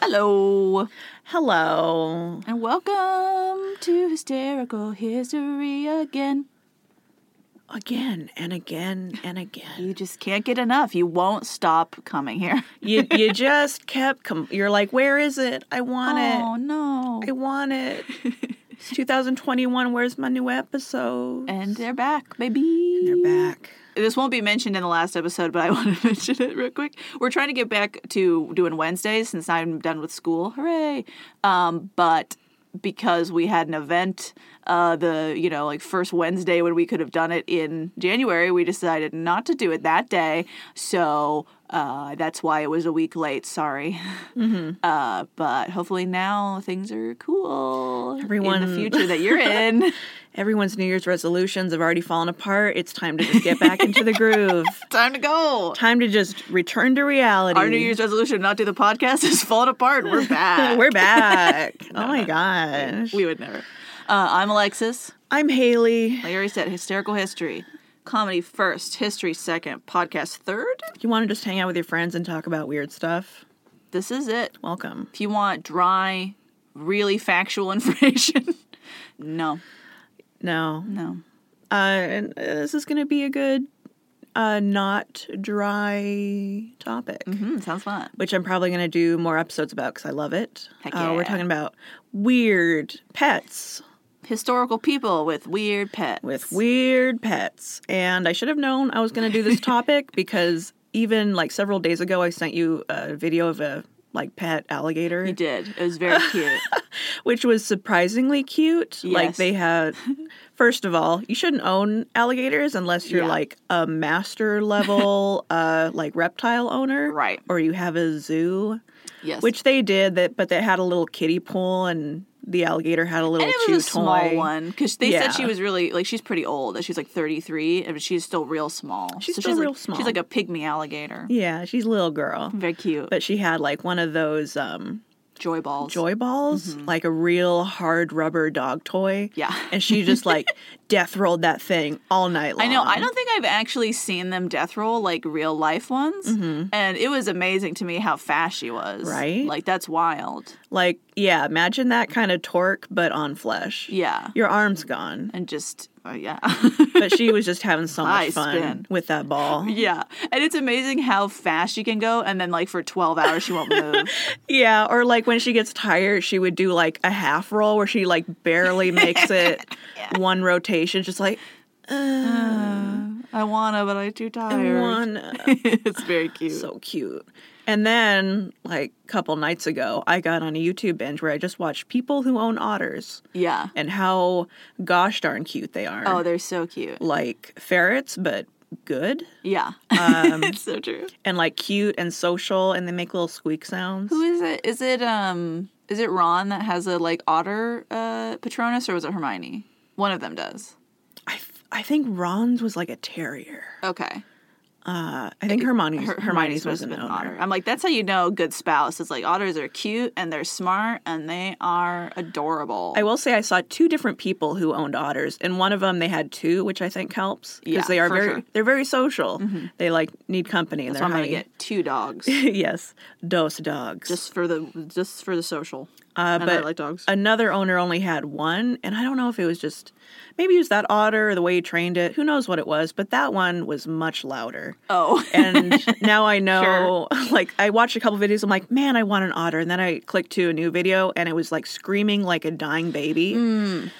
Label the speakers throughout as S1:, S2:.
S1: Hello.
S2: Hello.
S1: And welcome to Hysterical History again.
S2: Again and again and again.
S1: You just can't get enough. You won't stop coming here.
S2: you you just kept com- you're like, "Where is it? I want
S1: Oh, no.
S2: it. I want it." It's 2021. Where's my new episode?
S1: And they're back, baby.
S2: they're back.
S1: This won't be mentioned in the last episode, but I want to mention it real quick. We're trying to get back to doing Wednesdays since I'm done with school. Hooray! Um, but because we had an event, uh, the you know like first Wednesday when we could have done it in January, we decided not to do it that day. So uh, that's why it was a week late. Sorry. Uh, but hopefully now things are cool. in
S2: Everyone-
S1: the future that you're in.
S2: Everyone's New Year's resolutions have already fallen apart. It's time to just get back into the groove.
S1: Time to go.
S2: Time to just return to reality.
S1: Our New Year's resolution to not do the podcast has fallen apart. We're back.
S2: We're back. oh my gosh.
S1: We would never. Uh, I'm Alexis.
S2: I'm Haley.
S1: Like I already said, hysterical history. Comedy first, history second, podcast third.
S2: You want to just hang out with your friends and talk about weird stuff?
S1: This is it.
S2: Welcome.
S1: If you want dry, really factual information, no,
S2: No,
S1: no.
S2: uh, and uh, this is going to be a good, uh, not dry topic,
S1: Hmm, sounds fun.
S2: which I'm probably going to do more episodes about because I love it.
S1: Heck
S2: uh, we're
S1: yeah.
S2: talking about weird pets
S1: Historical people with weird pets.
S2: with weird pets, and I should have known I was going to do this topic because even like several days ago, I sent you a video of a like pet alligator,
S1: You did. It was very cute.
S2: which was surprisingly cute. Like
S1: Yes.
S2: they had. First of all, you shouldn't own alligators unless you're
S1: Yeah.
S2: like a master level, uh, like reptile owner,
S1: Right.
S2: Or you have a zoo,
S1: Yes.
S2: which they did. That, but they had a little kiddie pool, and the alligator had a little
S1: And it
S2: chew
S1: was a
S2: toy.
S1: small one because they
S2: Yeah.
S1: said she was really like she's pretty old. That she's like thirty three, and she's still real small.
S2: She's
S1: So
S2: still
S1: like-
S2: real small.
S1: She's like a pygmy alligator.
S2: Yeah, she's a little girl,
S1: Very cute.
S2: but she had like one of those um,
S1: joy balls.
S2: joy balls, like a real hard rubber dog toy.
S1: Mm-hmm. Yeah.
S2: and she just like death rolled that thing all night long.
S1: I know. I don't think I've actually seen them death roll like real life ones, and it was amazing to me how fast she was.
S2: Mm-hmm. Right?
S1: Like that's wild.
S2: Like, yeah, imagine that kind of torque, but on flesh.
S1: Yeah.
S2: Your arm's gone.
S1: And just oh yeah.
S2: But she was just having so
S1: High
S2: much fun
S1: spin.
S2: with that ball.
S1: Yeah, and it's amazing how fast she can go, and then like for twelve hours she won't move.
S2: Yeah, or like when she gets tired, she would do like a half roll where she like barely makes it one rotation, just like,
S1: I wanna, but I'm too tired.
S2: one.
S1: it's very cute.
S2: So cute. And then, like a couple nights ago, I got on a YouTube binge where I just watched people who own otters
S1: yeah.
S2: and how gosh darn cute they are.
S1: Oh, they're so cute.
S2: like ferrets, but good.
S1: Yeah. it's so true.
S2: and like cute and social and they make little squeak sounds.
S1: Who is it? Is it um is it Ron that has a like otter uh Patronus or was it Hermione? One of them does.
S2: I, th- I think Ron's was like a terrier.
S1: Okay.
S2: Uh, I think Hermione's,
S1: Her-
S2: Hermione's, was
S1: supposed to
S2: an
S1: be
S2: owner.
S1: I'm like, that's how you know good spouse. It's like otters are cute and they're smart and they are adorable.
S2: I will say I saw two different people who owned otters, and one of them they had two, which I think helps because
S1: Yeah,
S2: they are
S1: for
S2: very
S1: sure. Mm-hmm.
S2: they're very social. They like need company. and
S1: that's
S2: they're
S1: why I'm gonna
S2: high-
S1: get two dogs
S2: yes, dos dogs.
S1: just for the just for the social.
S2: uh,
S1: and I
S2: but
S1: like dogs.
S2: another owner only had one, and I don't know if it was just maybe it was that otter or the way he trained it. Who knows what it was? But that one was much louder.
S1: oh,
S2: and now I know. Like I watched a couple videos. I'm like, man, I want an otter. And then I clicked to a new video, and it was like screaming like a dying baby.
S1: Mm.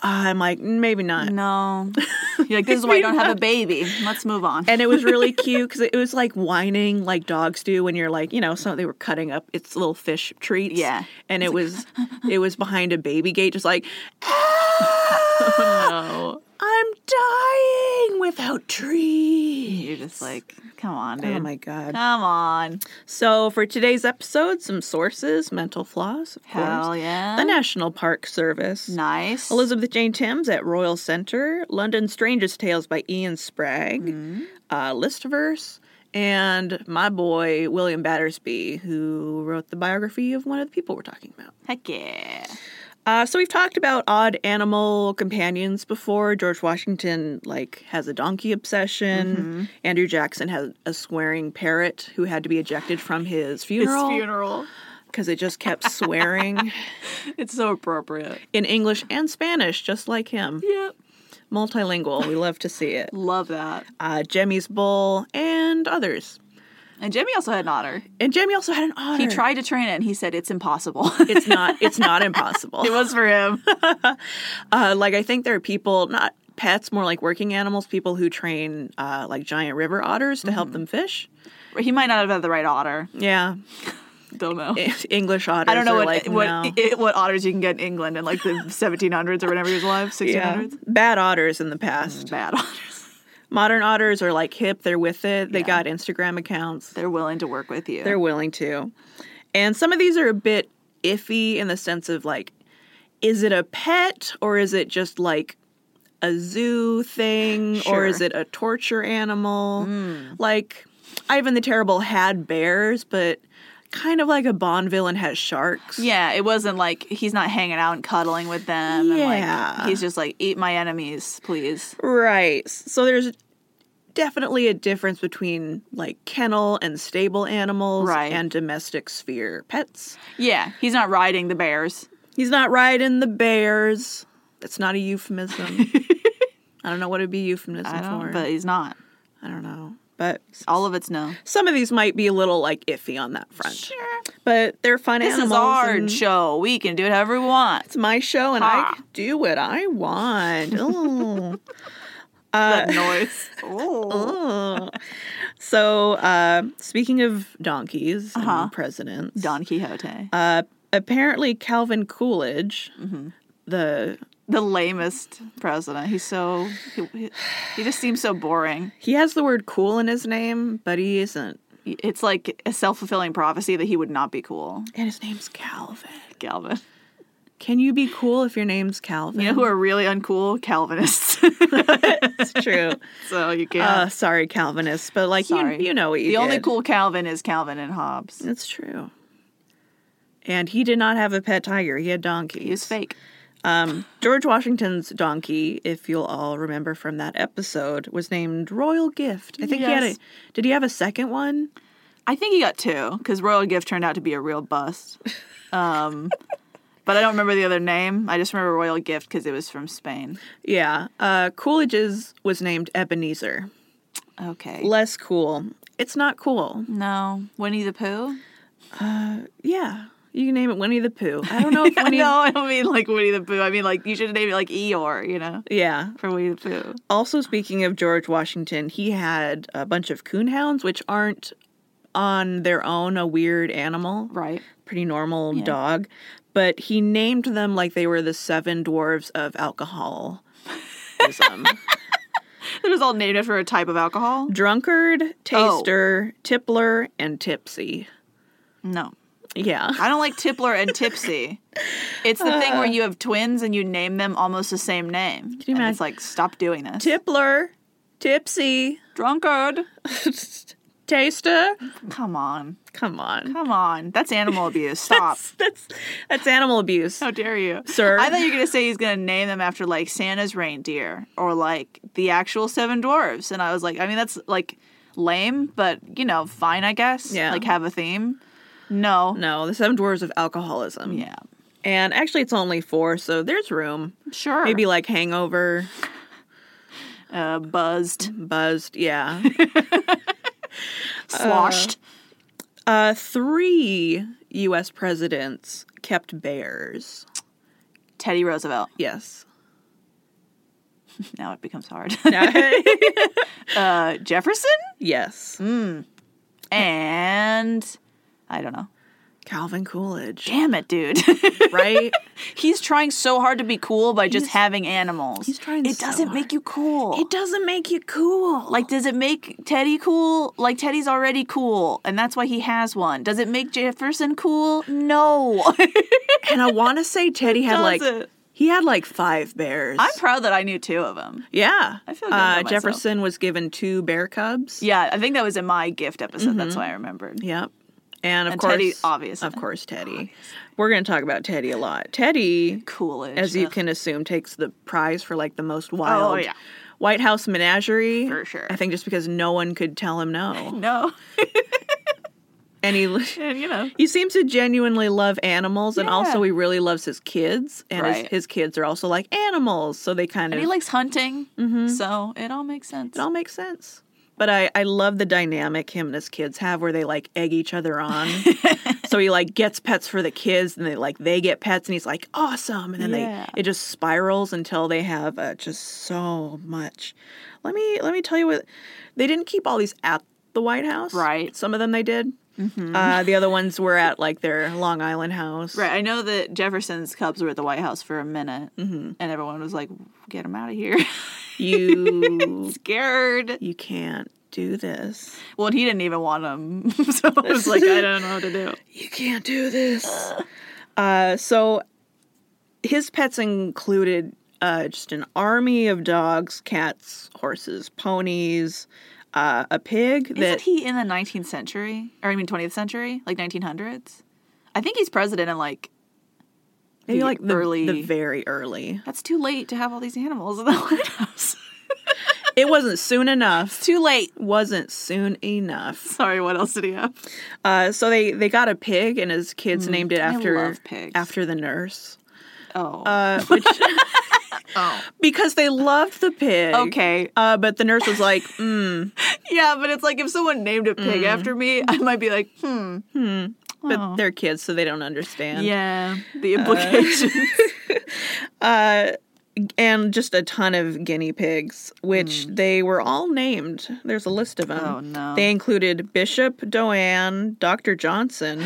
S2: I'm like, maybe not.
S1: no. You're like, this is why you don't have a baby. Let's move on.
S2: And it was really cute because it was like whining like dogs do when you're like, you know, so they were cutting up its little fish treats.
S1: Yeah.
S2: And it was, it was behind a baby gate, just like,
S1: Oh,
S2: "Ah,
S1: no.
S2: I'm "Ah, dying without treats.
S1: You're just like, come on, dude.
S2: Oh my god.
S1: Come on.
S2: So for today's episode, some sources, mental flaws, of course.
S1: Hell yeah.
S2: The National Park Service.
S1: nice.
S2: Elizabeth Jane Timms at Royal Centre. London's Strangest Tales by Ian Spragg. Uh, Listverse. And my boy, William Battersby, who wrote the biography of one of the people we're talking about.
S1: Heck yeah.
S2: Uh, so we've talked about odd animal companions before. George Washington, like, has a donkey obsession. Andrew Jackson had a swearing parrot who had to be ejected from his funeral.
S1: funeral.
S2: because it just kept swearing
S1: It's so appropriate.
S2: in English and Spanish, just like him.
S1: Yep.
S2: Multilingual, we love to see it.
S1: Love that.
S2: Uh, Jemmy's bull and others.
S1: And Jimmy also had an otter.
S2: And Jemmy also had an otter.
S1: He tried to train it and he said it's impossible.
S2: It's not. It's not impossible.
S1: it was for him.
S2: Uh, like I think there are people, not pets, more like working animals, people who train uh, like giant river otters to
S1: Mm-hmm.
S2: help them fish.
S1: he might not have had the right otter.
S2: Yeah,
S1: Don't know.
S2: E, English otters.
S1: I don't know
S2: are
S1: what
S2: like,
S1: what e,
S2: no.
S1: i- what otters you can get in England in like the 1700s or whenever he was alive, 1600s.
S2: yeah, bad otters in the past.
S1: Bad otters.
S2: Modern otters are like hip. They're with it. They got Instagram accounts.
S1: They're willing to work with you.
S2: They're willing to. And some of these are a bit iffy in the sense of like, is it a pet or is it just like a zoo thing or
S1: Sure. Hmm.
S2: is it a torture animal? Like, Ivan the Terrible had bears, but kind of like a Bond villain has sharks.
S1: yeah, it wasn't like he's not hanging out and cuddling with them. And
S2: Yeah.
S1: like, he's just like, eat my enemies, please.
S2: Right. So there's definitely a difference between like kennel and stable animals
S1: Right.
S2: and domestic sphere pets.
S1: Yeah, he's not riding the bears.
S2: He's not riding the bears. That's not a euphemism. I don't know what it'd be euphemism
S1: I
S2: for.
S1: don't, but he's not.
S2: I don't know. But s-
S1: All of it's no.
S2: some of these might be a little like iffy on that front.
S1: Sure.
S2: But they're fun
S1: This
S2: animals.
S1: is our
S2: and
S1: show. We can do it however we want.
S2: It's my show, and
S1: Ha.
S2: I do what I want. Ooh.
S1: that noise. Ooh.
S2: Uh, Ooh. so, uh, speaking of donkeys
S1: Uh-huh.
S2: and presidents,
S1: Don Quixote.
S2: uh, apparently Calvin Coolidge,
S1: Mm-hmm.
S2: the
S1: the lamest president. He's so he, he, he just seems so boring.
S2: he has the word "cool" in his name, but he isn't.
S1: It's like a self fulfilling prophecy that he would not be cool,
S2: And his name's Calvin.
S1: Calvin.
S2: Can you be cool if your name's Calvin?
S1: You know who are really uncool? Calvinists.
S2: it's true.
S1: so you can't.
S2: Uh, sorry, Calvinists, but like you,
S1: Sorry.
S2: you know what you
S1: the only
S2: did.
S1: cool Calvin is Calvin and Hobbes.
S2: It's true. And he did not have a pet tiger. He had donkeys.
S1: He was fake.
S2: Um, George Washington's donkey, if you'll all remember from that episode, was named Royal Gift. I think he had a.
S1: Yes.
S2: Did he have a second one?
S1: I think he got two because Royal Gift turned out to be a real bust. Um, but I don't remember the other name. I just remember Royal Gift because it was from Spain.
S2: Yeah. Uh, Coolidge's was named Ebenezer.
S1: Okay.
S2: Less cool. It's not cool.
S1: No, Winnie the Pooh.
S2: Yeah. You can name it Winnie the Pooh. I don't know if Winnie.
S1: no, I don't mean like Winnie the Pooh. I mean like you should name it like Eeyore, you know,
S2: Yeah.
S1: for Winnie the Pooh.
S2: Also, speaking of George Washington, he had a bunch of coonhounds, which aren't on their own a weird animal,
S1: Right.
S2: pretty normal dog, but he named them like they were the seven dwarves of um, alcoholism.
S1: It was all named after a type of alcohol.
S2: Drunkard,
S1: Oh.
S2: taster, tippler, and tipsy.
S1: No,
S2: Yeah.
S1: I don't like Tippler and Tipsy. It's the thing where you have twins and you name them almost the same name. Can
S2: Uh. you
S1: and it's like stop doing this.
S2: Tippler, tipsy,
S1: Drunkard.
S2: taster.
S1: Come on,
S2: Come on.
S1: come on. That's animal abuse. Stop.
S2: That's that's animal abuse.
S1: How dare you,
S2: Sir.
S1: I thought you were gonna say he's gonna name them after like Santa's reindeer or like the actual seven dwarves, and I was like, I mean that's like lame, but you know, fine, I guess.
S2: Yeah.
S1: Like have a theme. No.
S2: No, the seven dwarves of alcoholism.
S1: Yeah.
S2: And actually, it's only four, so there's room.
S1: Sure.
S2: Maybe like hangover,
S1: uh, buzzed,
S2: buzzed, yeah.
S1: sloshed.
S2: uh, three U.S. presidents kept bears.
S1: Teddy Roosevelt.
S2: Yes.
S1: Now it becomes hard.
S2: yes.
S1: uh, Jefferson Mm. and I don't know.
S2: Calvin Coolidge.
S1: Damn it, dude.
S2: Right?
S1: he's trying so hard to be cool by just having animals.
S2: he's trying
S1: It
S2: so
S1: doesn't make you cool.
S2: it doesn't make you cool.
S1: like, does it make Teddy cool? Like, Teddy's already cool, and that's why he has one. Does it make Jefferson cool? No.
S2: and I want to say Teddy had like
S1: doesn't.
S2: he had like five bears.
S1: I'm proud that I knew two of them.
S2: yeah.
S1: I feel good
S2: uh,
S1: about myself.
S2: Jefferson was given two bear cubs.
S1: Yeah, I think that was in my gift episode.
S2: Mm-hmm.
S1: That's why I remembered.
S2: Yep. And of
S1: And
S2: course,
S1: Teddy, obviously.
S2: Of course, Teddy. We're going to talk about Teddy a lot. Teddy,
S1: Coolidge.
S2: as you
S1: Ugh.
S2: can assume, takes the prize for like the most wild
S1: Oh, yeah.
S2: White House menagerie.
S1: For sure.
S2: I think just because no one could tell him no.
S1: No.
S2: and he
S1: and you know,
S2: he seems to genuinely love animals, and
S1: Yeah.
S2: also he really loves his kids, and his,
S1: Right.
S2: his kids are also like animals, so they kind
S1: and
S2: of
S1: he likes hunting, so it all makes sense.
S2: Mm-hmm. it all makes sense. But I, I love the dynamic him and his kids have where they like egg each other on. so he like gets pets for the kids and they like they get pets and he's like awesome and then
S1: Yeah.
S2: they it just spirals until they have uh, just so much. Let me let me tell you what they didn't keep all these at the White House.
S1: Right. Mm-hmm.
S2: Some of them they did. Uh, the other ones were at like their Long Island house.
S1: Right, I know that Jefferson's Cubs were at the White House for a minute,
S2: Mm-hmm.
S1: and everyone was like, "Get them out of here!"
S2: You
S1: Scared.
S2: you can't do this.
S1: Well, he didn't even want them, so I was like, "I don't know what to do."
S2: you can't do this. Uh, so his pets included uh, just an army of dogs, cats, horses, ponies, uh, a pig
S1: Isn't
S2: that
S1: he in the 19th century, or I mean 20th century, like 1900s? I think he's president, and like
S2: maybe like the,
S1: early-
S2: the very early.
S1: that's too late to have all these animals in the White House.
S2: It wasn't soon enough.
S1: too late.
S2: Wasn't soon enough.
S1: Sorry, what else did he have?
S2: Uh, so they they got a pig, and his kids named it
S1: Mm, I
S2: after
S1: love pigs.
S2: after the nurse.
S1: Oh,
S2: Uh, which, because they loved the pig.
S1: okay.
S2: Uh, but the nurse was like, mm,
S1: Yeah, but it's like if someone named a pig after me, I might be like, hmm,
S2: but
S1: Oh.
S2: they're kids, so they don't understand.
S1: yeah, the implications.
S2: uh, and just a ton of guinea pigs, which they were all named. There's a list of them.
S1: Hmm. Oh, no.
S2: They included Bishop Doane, Dr. Johnson,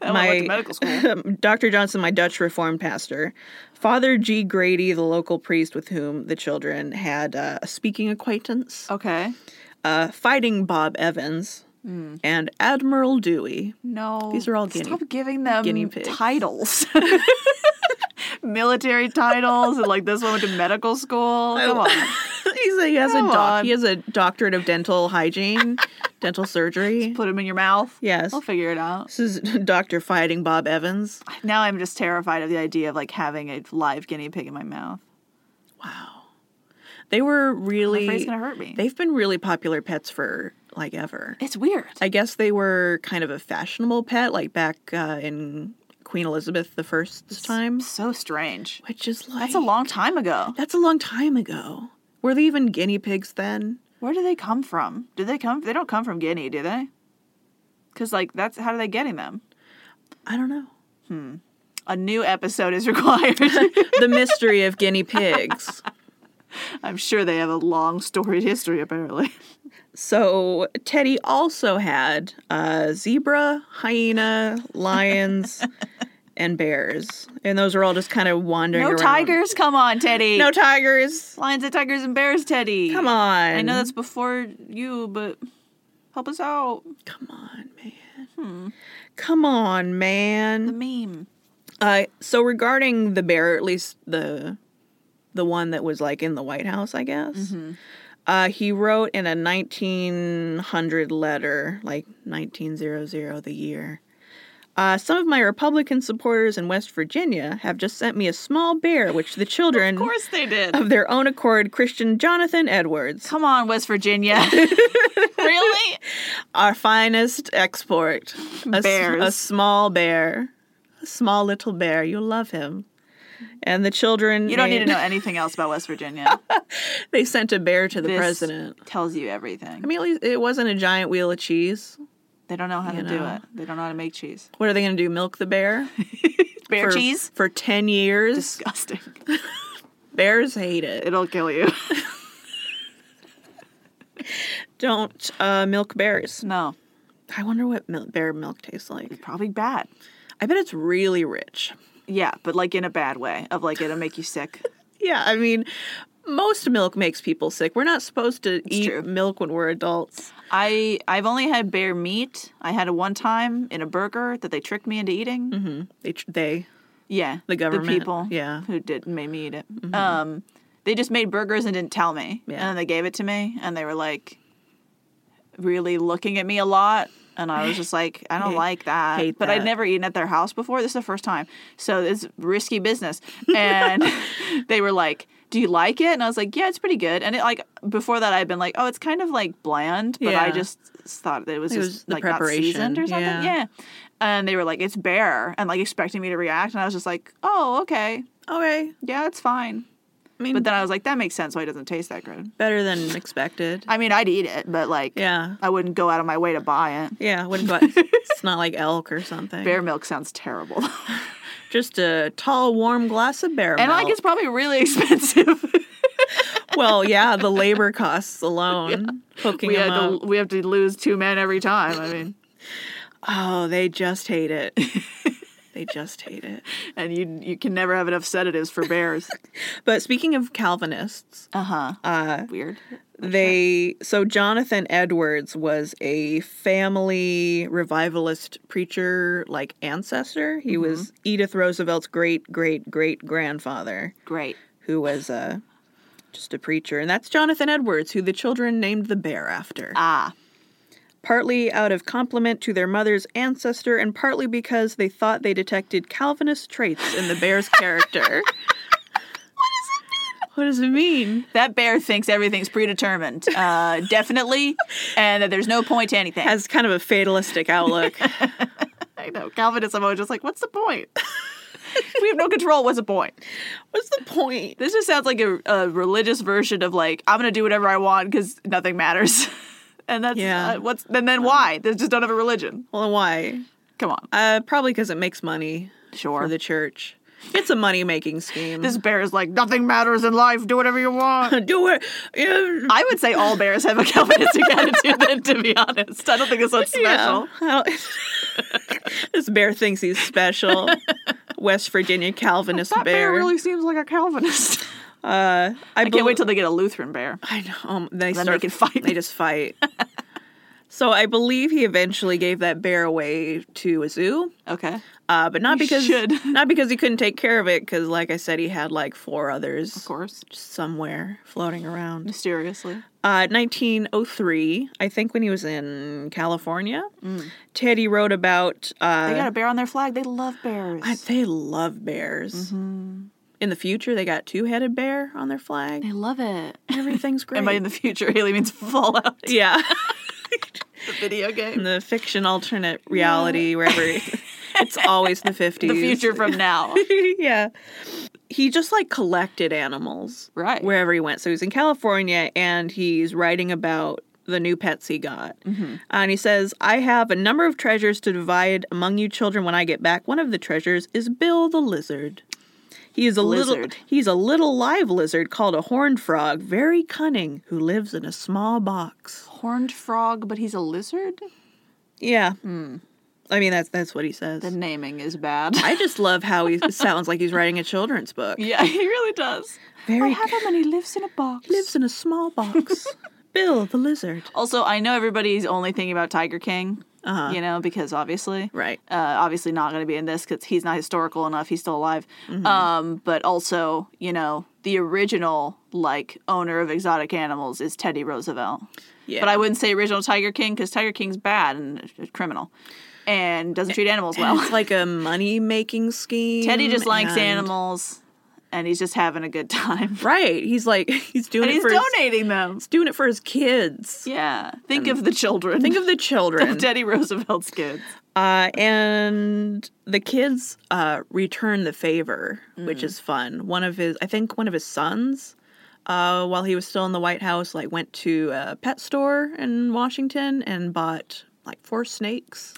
S1: I went to medical school.
S2: Dr. Johnson, my Dutch Reformed pastor, Father G. Grady, the local priest with whom the children had uh, a speaking acquaintance,
S1: Okay.
S2: uh, Fighting Bob Evans,
S1: Hmm.
S2: and Admiral Dewey.
S1: No.
S2: These are all guinea-
S1: Stop giving them
S2: guinea pigs.
S1: titles. Military titles and like this one went to medical school. Come on.
S2: He's a, he has a
S1: Come
S2: doc.
S1: on.
S2: He has a doctorate of dental hygiene, dental surgery.
S1: Put them in your mouth.
S2: Yes.
S1: I'll figure it out.
S2: This is Dr. Fighting Bob Evans.
S1: Now I'm just terrified of the idea of like having a live guinea pig in my mouth.
S2: Wow. They were
S1: I'm afraid it's
S2: really
S1: gonna hurt me.
S2: They've been really popular pets for like ever.
S1: It's weird.
S2: I guess they were kind of a fashionable pet like back uh, in Queen Elizabeth the I's time,
S1: So strange.
S2: which is like
S1: That's a long time ago.
S2: That's a long time ago. Were they even guinea pigs then?
S1: Where do they come from? Do they come? They don't come from Guinea, do they? Because like that's how are they getting them?
S2: I don't know.
S1: A new episode is required.
S2: The mystery of guinea pigs.
S1: I'm sure they have a long storied history. Apparently,
S2: So Teddy also had uh, zebra, hyena, lions, and bears, and those were all just kind of wandering
S1: no
S2: around.
S1: tigers. Come on, Teddy.
S2: No tigers.
S1: lions and tigers and bears, Teddy.
S2: Come on.
S1: I know that's before you, but help us out.
S2: Come on, man. Come on,
S1: The
S2: man.
S1: meme.
S2: Uh, so regarding the bear, at least the the one that was like in the White House, I guess.
S1: Mm-hmm.
S2: Uh, he wrote in a 1900 letter, like 1900, the year. Uh, some of my Republican supporters in West Virginia have just sent me a small bear, which the children
S1: Of course they did.
S2: Mm. of their own accord, Christian Jonathan Edwards,
S1: Come on, West Virginia. really?
S2: our finest export. A, s-
S1: Bears.
S2: a small bear. A small little bear. You'll love him. And the children.
S1: You don't need to
S2: made-
S1: know anything else about West Virginia.
S2: They sent a bear to the
S1: This
S2: president.
S1: tells you everything.
S2: I mean, at least it wasn't a giant wheel of cheese.
S1: they don't know how to do
S2: know.
S1: it. They don't know how to make cheese.
S2: What are they going to do? Milk the bear?
S1: Bear
S2: for,
S1: cheese?
S2: For 10 years?
S1: Disgusting.
S2: Bears hate it.
S1: It'll kill you.
S2: Don't uh, milk bears.
S1: No,
S2: I wonder what mil- bear milk tastes like.
S1: probably bad.
S2: I bet it's really rich.
S1: Yeah, but like in a bad way of like it'll make you sick.
S2: Yeah, I mean, most milk makes people sick. We're not supposed to eat
S1: true.
S2: milk when we're adults.
S1: I I've only had bear meat. I had it one time in a burger that they tricked me into eating.
S2: They, tr- they
S1: Yeah,
S2: The government,
S1: the people,
S2: yeah. Mm-hmm.
S1: who did made me eat it. Um, they just made burgers and didn't tell me,
S2: Yeah.
S1: and then they gave it to me, and they were like, really looking at me a lot, and I was just like, I don't like that.
S2: Hate
S1: but
S2: that.
S1: I'd never eaten at their house before. This is the first time, so it's risky business. And they were like, do you like it? And I was like, yeah, it's pretty good. And it like before that, I had been like, oh, it's kind of like bland, but I
S2: Yeah.
S1: just thought that it was
S2: It
S1: just
S2: was the
S1: like not seasoned
S2: preparation,
S1: or something.
S2: yeah.
S1: And they were like, it's bare, and like expecting me to react, and I was just like, oh, okay,
S2: Okay.
S1: yeah, it's fine.
S2: I mean,
S1: But then I was like, that makes sense why it doesn't taste that good.
S2: better than expected.
S1: I mean, I'd eat it, but like,
S2: yeah.
S1: I wouldn't go out of my way to buy it.
S2: Yeah. Wouldn't go. it's not like elk or something.
S1: Bear milk sounds terrible.
S2: Just a tall, warm glass of bear
S1: and like,
S2: milk.
S1: it's probably really expensive.
S2: well, yeah, the labor costs alone. Hooking
S1: we,
S2: them
S1: had to,
S2: up.
S1: we have to lose two men every time. I mean,
S2: Oh, they just hate it. they just hate it.
S1: and you you can never have enough sedatives for bears.
S2: But speaking of Calvinists,
S1: Uh huh.
S2: uh,
S1: Weird.
S2: they so Jonathan Edwards was a family revivalist preacher like ancestor.
S1: Mm-hmm.
S2: He was Edith Roosevelt's great great great grandfather
S1: Great.
S2: who was uh, just a preacher and that's Jonathan Edwards who the children named the bear after.
S1: Ah,
S2: partly out of compliment to their mother's ancestor and partly because they thought they detected Calvinist traits in the bear's character. what does it mean?
S1: that bear thinks everything's predetermined, uh, definitely, and that there's no point to anything.
S2: Has kind of a fatalistic outlook.
S1: I know Calvinism. I was just like, what's the point? If we have no control. What's the point?
S2: What's the point?
S1: This just sounds like a, a religious version of like I'm gonna do whatever I want because nothing matters, and that's
S2: Yeah.
S1: uh, what's and then why they just don't have a religion.
S2: Well, why?
S1: Come on,
S2: Uh, probably because it makes money
S1: sure.
S2: for the church. It's a money making scheme.
S1: this bear is like nothing matters in life. Do whatever you want.
S2: Do it. Yeah.
S1: I would say all bears have a Calvinistic attitude, then, to be honest. I don't think it's one's special.
S2: Yeah. this bear thinks he's special. West Virginia Calvinist
S1: That bear. really seems like a Calvinist.
S2: Uh, I,
S1: I can't wait till they get a Lutheran bear.
S2: I know um, they
S1: Then they
S2: start
S1: can fight.
S2: They just fight. so I believe he eventually gave that bear away to a zoo,
S1: Okay.
S2: uh, but not
S1: He
S2: because
S1: should.
S2: not because he couldn't take care of it. Because like I said, he had like four others
S1: Of course.
S2: somewhere floating around.
S1: Mysteriously.
S2: Uh, 1903, I think, when he was in California, Teddy wrote about. Uh,
S1: Mm. They got a bear on their flag. They love bears.
S2: I- they love bears.
S1: Mm-hmm.
S2: In the future, they got two-headed bear on their flag.
S1: they love it.
S2: Everything's great.
S1: And by in the future, Haley means Fallout, the
S2: yeah.
S1: video game.
S2: in the fiction alternate reality wherever it's always the 50s
S1: The future from now.
S2: yeah he just like collected animals
S1: Right.
S2: wherever he went so he's in california and he's writing about the new pets he got
S1: Mm-hmm.
S2: and he says i have a number of treasures to divide among you children when i get back one of the treasures is bill the lizard he is a little
S1: Lizard.
S2: he's a little live lizard called a horned frog very cunning who lives in a small box
S1: Horned frog, but he's a lizard?
S2: Yeah.
S1: Hmm.
S2: I mean, that's that's what he says.
S1: The naming is bad.
S2: I just love how he sounds like he's writing a children's book.
S1: yeah, he really does. I
S2: Very
S1: have him and he lives in a box.
S2: lives in a small box. Bill the lizard.
S1: Also, I know everybody's only thinking about Tiger King,
S2: Uh-huh.
S1: you know, because obviously,
S2: Right.
S1: uh, obviously not going to be in this because he's not historical enough. He's still alive.
S2: Mm-hmm.
S1: Um, but also, you know, the original like owner of exotic animals is Teddy Roosevelt.
S2: Yeah.
S1: But I wouldn't say original Tiger King because Tiger King's bad and a criminal, and doesn't treat animals well.
S2: It's like a money making scheme.
S1: Teddy just likes
S2: and-
S1: animals, and he's just having a good time.
S2: Right. He's like he's doing
S1: And
S2: it
S1: he's
S2: for his,
S1: donating them.
S2: he's doing it for his kids.
S1: Yeah, think of the children.
S2: Think of the children.
S1: Teddy Roosevelt's kids.
S2: Uh, and the kids uh, return the favor,
S1: Mm.
S2: which is fun. One of his, I think, one of his sons, uh, while he was still in the White House, like went to a pet store in Washington and bought like four snakes.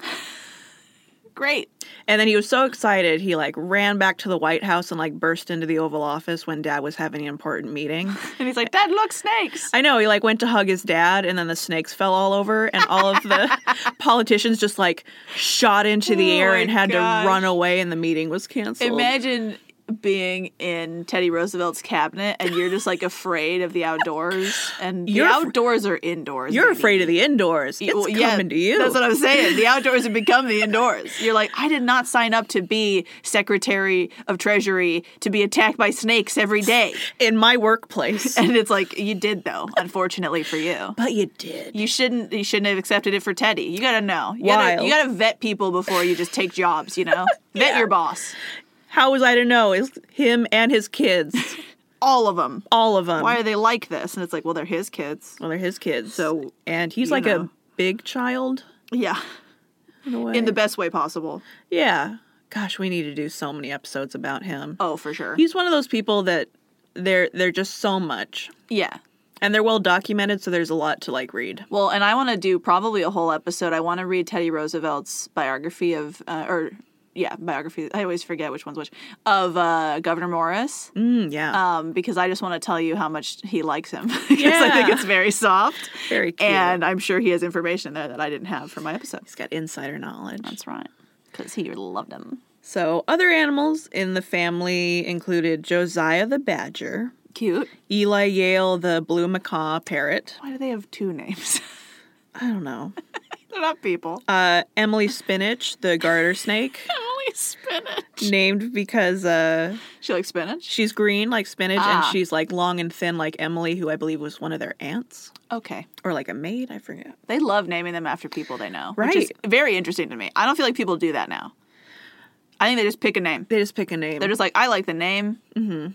S1: Great.
S2: And then he was so excited, he like ran back to the White House and like burst into the Oval Office when Dad was having an important meeting.
S1: And he's like, Dad, look, snakes.
S2: I know he like went to hug his dad, and then the snakes fell all over, and all of the politicians just like shot into the
S1: Oh
S2: air
S1: my
S2: and had
S1: gosh.
S2: to run away, and the meeting was canceled.
S1: Imagine being in Teddy Roosevelt's cabinet and you're just like afraid of the outdoors. And
S2: You're
S1: the
S2: af-
S1: outdoors are indoors.
S2: You're
S1: baby.
S2: afraid of the indoors. It's
S1: Well,
S2: coming
S1: yeah,
S2: to you.
S1: That's what I'm saying. The outdoors have become the indoors. You're like, I did not sign up to be Secretary of Treasury to be attacked by snakes every day.
S2: in my workplace.
S1: And it's like you did though, unfortunately for you.
S2: but you did.
S1: You shouldn't. You shouldn't have accepted it for Teddy. You gotta know. You gotta, you
S2: Wild.
S1: gotta vet people before you just take jobs. You know, vet your boss.
S2: How was I to know? Is him and his kids
S1: all of them.
S2: all of them.
S1: Why are they like this? And it's like, well, they're his kids.
S2: Well, they're his kids.
S1: So,
S2: and he's
S1: you
S2: like a
S1: know.
S2: big child
S1: Yeah,
S2: in a way.
S1: in the best way possible.
S2: yeah. Gosh, we need to do so many episodes about him.
S1: Oh, for sure.
S2: He's one of those people that they're they're just so much,
S1: yeah.
S2: and they're well documented. So there's a lot to like read.
S1: Well, and I want to do probably a whole episode. I want to read Teddy Roosevelt's biography of, uh, or yeah, biography. I always forget which one's which of uh, Governor Morris,
S2: Mm, yeah,
S1: um, because I just want to tell you how much he likes him. Because I think
S2: Yeah.
S1: it's very soft,
S2: very cute.
S1: and I'm sure he has information there that I didn't have for my episode.
S2: he's got insider knowledge.
S1: That's right, because he loved him.
S2: So other animals in the family included Josiah the badger,
S1: Cute.
S2: Eli Yale the blue macaw parrot.
S1: Why do they have two names?
S2: I don't know.
S1: They're not people.
S2: Uh, Emily Spinach the garter snake.
S1: Emily spinach.
S2: named because uh,
S1: She likes spinach.
S2: she's green like spinach
S1: Ah.
S2: and she's like long and thin like Emily, who I believe was one of their aunts
S1: Okay.
S2: or like a maid. I forget.
S1: They love naming them after people they know, which is very interesting to me. I don't feel like people do that now. I think they just pick a name.
S2: They just pick a name.
S1: They're just like, I like the name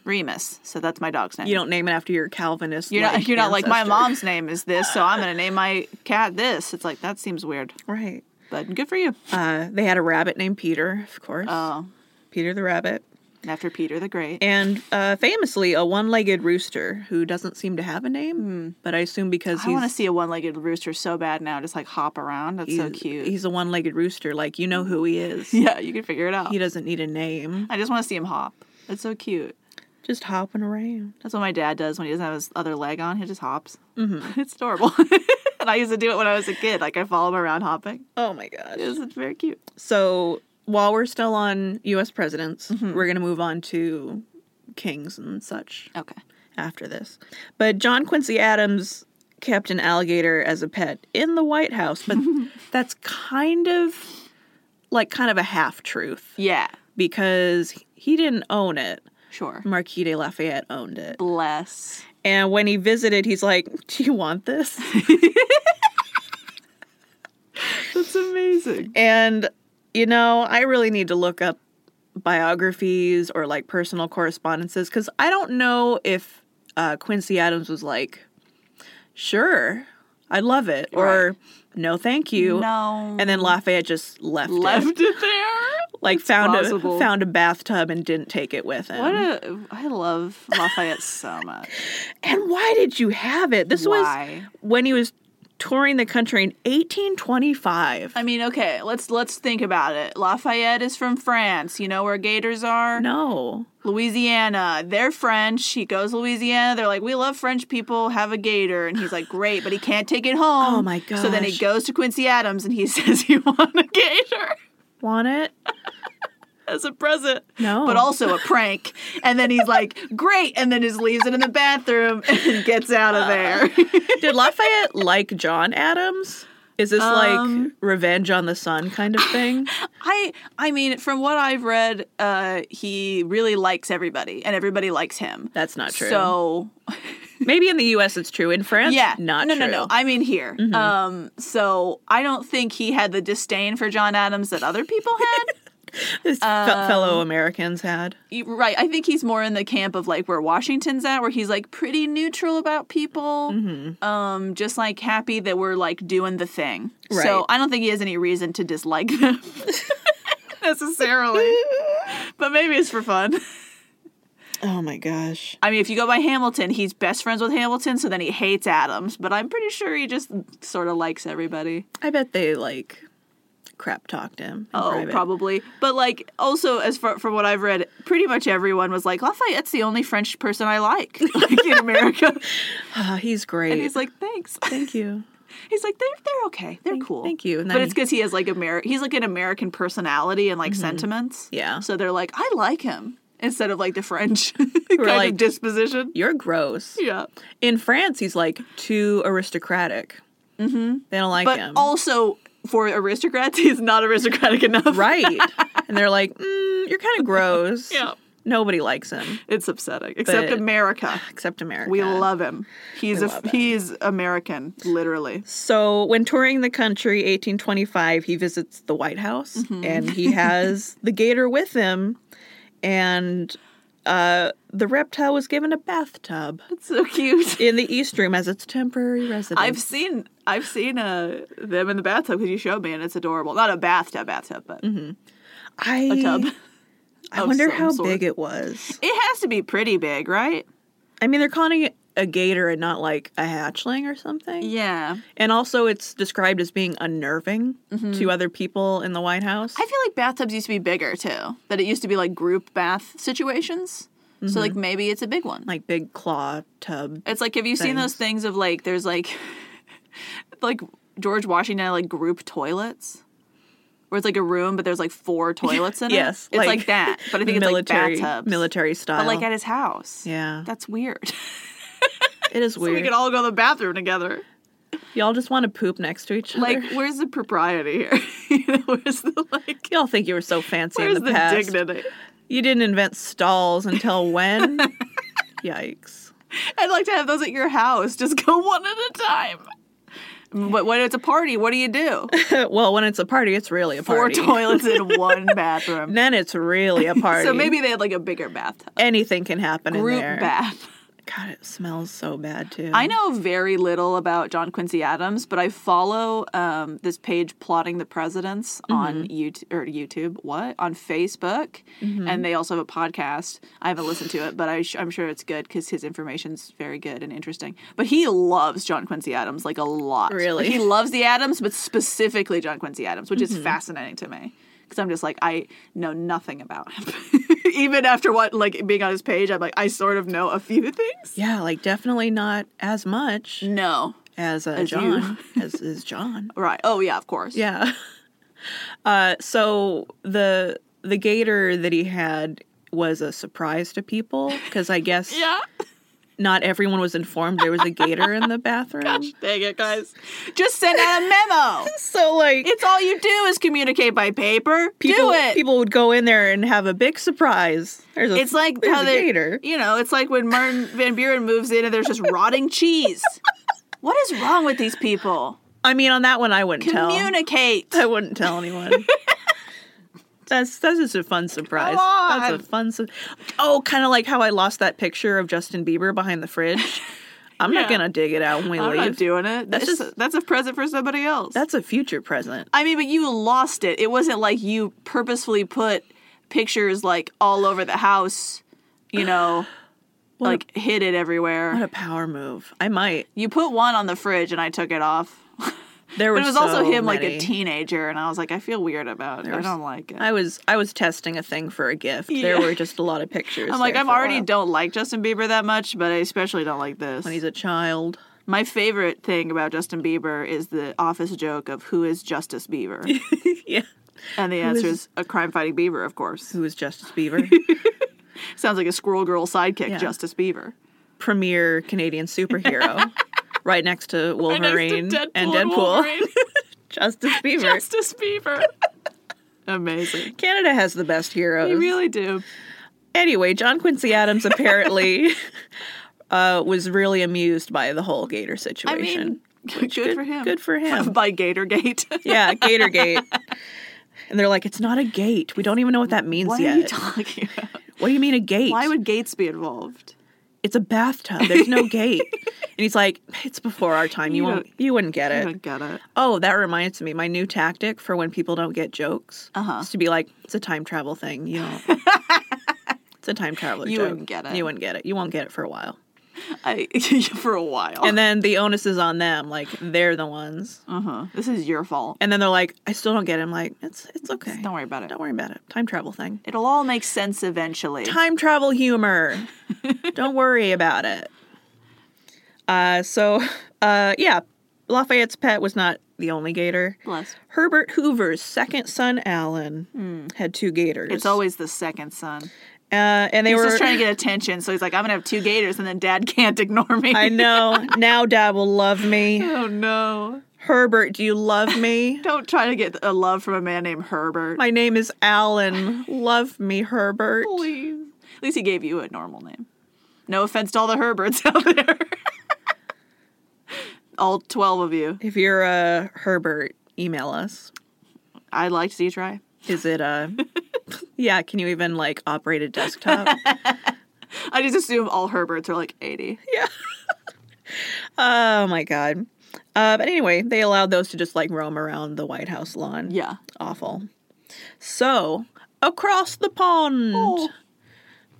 S1: Remus, so that's my dog's name.
S2: Mm-hmm. you don't name it after your Calvinist.
S1: You're not. You're not like my
S2: ancestor."
S1: mom's name is this, so I'm gonna name my cat this. It's like that seems weird,
S2: Right.
S1: but good for you.
S2: Uh, they had a rabbit named Peter, of course.
S1: Oh,
S2: Peter the rabbit.
S1: after Peter the Great.
S2: And uh, famously, a one-legged rooster who doesn't seem to have a name, but I assume because
S1: Hmm. I
S2: he's
S1: want to see a one-legged rooster so bad now, just like hop around. That's so
S2: he's-
S1: cute.
S2: He's a one-legged rooster. Like you know who he is.
S1: yeah, you can figure it out.
S2: He doesn't need a name.
S1: I just want to see him hop. It's so cute.
S2: Just hopping around.
S1: That's what my dad does when he doesn't have his other leg on. He just hops. Mm-hmm. It's adorable. and I used to do it when I was a kid. Like I follow him around hopping.
S2: Oh my gosh.
S1: It's it's very cute.
S2: So while we're still on U.S. presidents,
S1: Mm-hmm.
S2: we're going to move on to kings and such
S1: Okay.
S2: after this. But John Quincy Adams kept an alligator as a pet in the White House, but that's kind of like kind of a half truth
S1: Yeah.
S2: because he didn't own it.
S1: Sure.
S2: Marquis de Lafayette owned it.
S1: Bless.
S2: And when he visited, he's like, Do you want this?
S1: That's amazing.
S2: And you know, I really need to look up biographies or like personal correspondences because I don't know if uh, Quincy Adams was like, "Sure, I love it," or "No, thank you."
S1: No.
S2: And then Lafayette just left, it.
S1: left it there.
S2: Like found
S1: plausible.
S2: a found a bathtub and didn't take it with him.
S1: What a I love Lafayette so much.
S2: and why did you have it? This
S1: Why?
S2: was when he was touring the country in 1825.
S1: I mean, okay, let's let's think about it. Lafayette is from France. You know where gators are?
S2: no.
S1: Louisiana. They're French. He goes to Louisiana. They're like, we love French people. Have a gator. And he's like, great, but he can't take it home.
S2: Oh, my
S1: So then he
S2: gosh.
S1: goes to Quincy Adams and he says he won a gator
S2: Want it?
S1: as a present.
S2: No.
S1: But also a prank. And then he's like, great. And then just leaves it in the bathroom and gets out of there.
S2: Did Lafayette like John Adams? Is this like
S1: Um,
S2: revenge on the sun kind of thing?
S1: I I mean, from what I've read, uh, he really likes everybody and everybody likes him.
S2: That's not true.
S1: So
S2: Maybe in the U.S. it's true. In France,
S1: yeah,
S2: not
S1: no,
S2: true. Mm-hmm.
S1: no, no. I mean here. Um, so I don't think he had the disdain for John Adams that other people had.
S2: This fe-
S1: Um,
S2: fellow Americans had.
S1: You- right. I think he's more in the camp of like where Washington's at, where he's like pretty neutral about people,
S2: Mm-hmm.
S1: um, just like happy that we're like doing the thing.
S2: Right.
S1: So I don't think he has any reason to dislike them necessarily, but maybe it's for fun.
S2: Oh my gosh.
S1: I mean, if you go by Hamilton, he's best friends with Hamilton, so then he hates Adams. But I'm pretty sure he just sort of likes everybody.
S2: I bet they like crap talked him. in
S1: Oh,
S2: private.
S1: probably. But like, also as far from what I've read, pretty much everyone was like, Lafayette's the only French person I like, like in America.
S2: Ah, he's great.
S1: and he's like, thanks.
S2: thank you.
S1: He's like, they're they're okay. They're cool.
S2: thank you. And
S1: but
S2: then Mm-hmm.
S1: it's because he has like Ameri- he's like an American personality and like sentiments.
S2: Yeah.
S1: So they're like, I like him instead of like the French kind
S2: like-
S1: of disposition.
S2: You're gross.
S1: Yeah.
S2: In France, he's like too aristocratic. Mm-hmm. They don't like
S1: But
S2: him.
S1: also for aristocrats, he's not aristocratic enough.
S2: right. and they're like, mm, you're kind of gross.
S1: Yeah.
S2: Nobody likes him
S1: It's upsetting. Except
S2: But-
S1: America.
S2: except America.
S1: We love him. He's a
S2: love him.
S1: he's American, literally.
S2: So, when touring the country, 1825, he visits
S1: Mm-hmm.
S2: the White House and he has the gator with him. And uh, the reptile was given a bathtub
S1: It's so cute.
S2: in the East Room as its temporary residence.
S1: I've seen I've seen uh, them in the bathtub because you showed me, and it's adorable. Not a bathtub, bathtub, but
S2: Mm-hmm. I,
S1: a tub.
S2: I
S1: of
S2: wonder
S1: some
S2: how
S1: sort.
S2: big it was.
S1: It has to be pretty big, right?
S2: I mean, they're calling it a gator and not like a hatchling or something.
S1: Yeah.
S2: And also, it's described as being unnerving to other people in the White House.
S1: Mm-hmm. I feel like bathtubs used to be bigger too. That it used to be like group bath situations. So like maybe it's a big one.
S2: Mm-hmm. like big claw tub.
S1: It's like have you seen those things of like there's like like George Washington had, like group toilets? Where it's like a room but there's like four toilets in it.
S2: Yes,
S1: It's like,
S2: like
S1: that. But I think it's
S2: military,
S1: like bathtubs.
S2: military style.
S1: But like at his house.
S2: yeah,
S1: That's weird.
S2: it is
S1: so
S2: weird.
S1: we could all go to the bathroom together.
S2: Y'all just want to poop next to each other.
S1: Like, where's the propriety here? you know, where's the like
S2: Y'all think you were so fancy
S1: where's
S2: in
S1: the,
S2: the, past.
S1: dignity?
S2: You didn't invent stalls until when? Yikes.
S1: I'd like to have those at your house. Just go one at a time. Mm, But when it's a party, what do you do?
S2: well, when it's a party, it's really a
S1: Four
S2: party.
S1: toilets in one bathroom.
S2: Then it's really a party.
S1: So maybe they had like a bigger bathtub.
S2: anything can happen in
S1: Group
S2: there.
S1: bath.
S2: God, it smells so bad too.
S1: I know very little about John Quincy Adams, but I follow um, this page plotting the presidents on YouTube or YouTube, what on Facebook, and they also have a podcast. I haven't listened to it, but I sh- I'm sure it's good because his information's very good and interesting. But he loves John Quincy Adams like a lot. Like,
S2: Really?
S1: he loves the Adams, but specifically John Quincy Adams, which is fascinating to me. Because I'm just like I know nothing about him, even after what like being on his page. I'm like I sort of know a few things.
S2: Yeah, like definitely not as much
S1: No,
S2: as, uh,
S1: you.
S2: John as is John.
S1: Right. Oh yeah, of course.
S2: Yeah. Uh, so the the gator that he had was a surprise to people because I guess
S1: Yeah.
S2: not everyone was informed there was a gator in the bathroom.
S1: Dang it, guys. Just send out a memo.
S2: So like
S1: it's all you do is communicate by paper.
S2: people,
S1: do it.
S2: people would go in there and have a big surprise. There's a,
S1: it's like
S2: there's
S1: how
S2: a
S1: they
S2: gator.
S1: you know, it's like when Martin Van Buren moves in and there's just rotting cheese. What is wrong with these people?
S2: I mean, on that one, I wouldn't tell.
S1: Communicate.
S2: I wouldn't tell anyone. that's that's just a fun surprise.
S1: Come
S2: That's a fun. Su- oh, kind of like how I lost that picture of Justin Bieber behind the fridge. I'm
S1: Yeah.
S2: not gonna dig it out when we
S1: I'm not
S2: leave.
S1: doing it. That's
S2: That's
S1: just that's a present for somebody else.
S2: that's a future present.
S1: I mean, but you lost it. It wasn't like you purposefully put pictures like all over the house, you know, like hid it everywhere.
S2: What a power move! I might.
S1: You put one on the fridge and I took it off.
S2: There
S1: But
S2: were
S1: it was also
S2: so
S1: him like a
S2: many.
S1: teenager and I was like, I feel weird about it. I don't like it.
S2: I was I was testing a thing for a gift. There
S1: Yeah.
S2: were just a lot of pictures.
S1: I'm like,
S2: there
S1: I'm
S2: for a
S1: already
S2: while.
S1: don't like Justin Bieber that much, but I especially don't like this.
S2: when he's a child.
S1: My favorite thing about Justin Bieber is the office joke of who is Justice Bieber?
S2: yeah,
S1: and the answer
S2: is-
S1: is a crime fighting Bieber, of course.
S2: who was Justice Bieber?
S1: Sounds like a squirrel girl sidekick,
S2: Yeah.
S1: Justice Bieber.
S2: premier Canadian superhero, right next to Wolverine and Deadpool. Justice Bieber.
S1: Justice Bieber. Amazing.
S2: Canada has the best heroes.
S1: They really do.
S2: Anyway, John Quincy Adams apparently uh, was really amused by the whole Gator
S1: I
S2: situation.
S1: mean, good, for him.
S2: Good for him.
S1: By Gatorgate.
S2: yeah, Gatorgate. And they're like, it's not a gate. We don't even know what that means
S1: What
S2: yet.
S1: are you talking about?
S2: what do you mean a gate?
S1: Why would Gates be involved?
S2: it's a bathtub. There's no gate. And he's like, it's before our time. You,
S1: You Uh-huh.
S2: won't. You wouldn't get
S1: I
S2: it.
S1: don't get it.
S2: Oh, that reminds me. My new tactic for when people don't get jokes
S1: Uh-huh.
S2: is to be like, it's a time travel thing. You don't. it's a time traveler
S1: You
S2: joke.
S1: wouldn't get it.
S2: You wouldn't get it. You won't get it for a while.
S1: I for a while.
S2: And then the onus is on them. Like, they're the ones.
S1: uh huh. This is your fault.
S2: And then they're like, I still don't get it. I'm like, it's, it's okay.
S1: Don't worry about it.
S2: Don't worry about it. Time travel thing.
S1: It'll all make sense eventually.
S2: Time travel humor. don't worry about it. Uh, so, uh, yeah, Lafayette's pet was not the only gator.
S1: Bless.
S2: Herbert Hoover's second son, Alan, had two gators.
S1: Hmm. It's always the second son.
S2: uh, and they
S1: He's
S2: were
S1: just trying to get attention, so he's like, "I'm gonna have two gators," and then Dad can't ignore me.
S2: I know now. Dad will love me.
S1: oh no!
S2: Herbert, do you love me?
S1: Don't try to get a love from a man named Herbert,
S2: My name is Alan. Love me, Herbert.
S1: please. At least he gave you a normal name. No offense to all the Herberts out there. all twelve of you.
S2: If you're a Herbert, email us.
S1: I'd like to see you try.
S2: Is it uh Yeah, can you even like operate a desktop?
S1: I just assume all Herberts are like 80.
S2: oh my god. Uh, but anyway, they allowed those to just like roam around the White House lawn.
S1: Yeah.
S2: Awful. So, across the pond.
S1: Oh.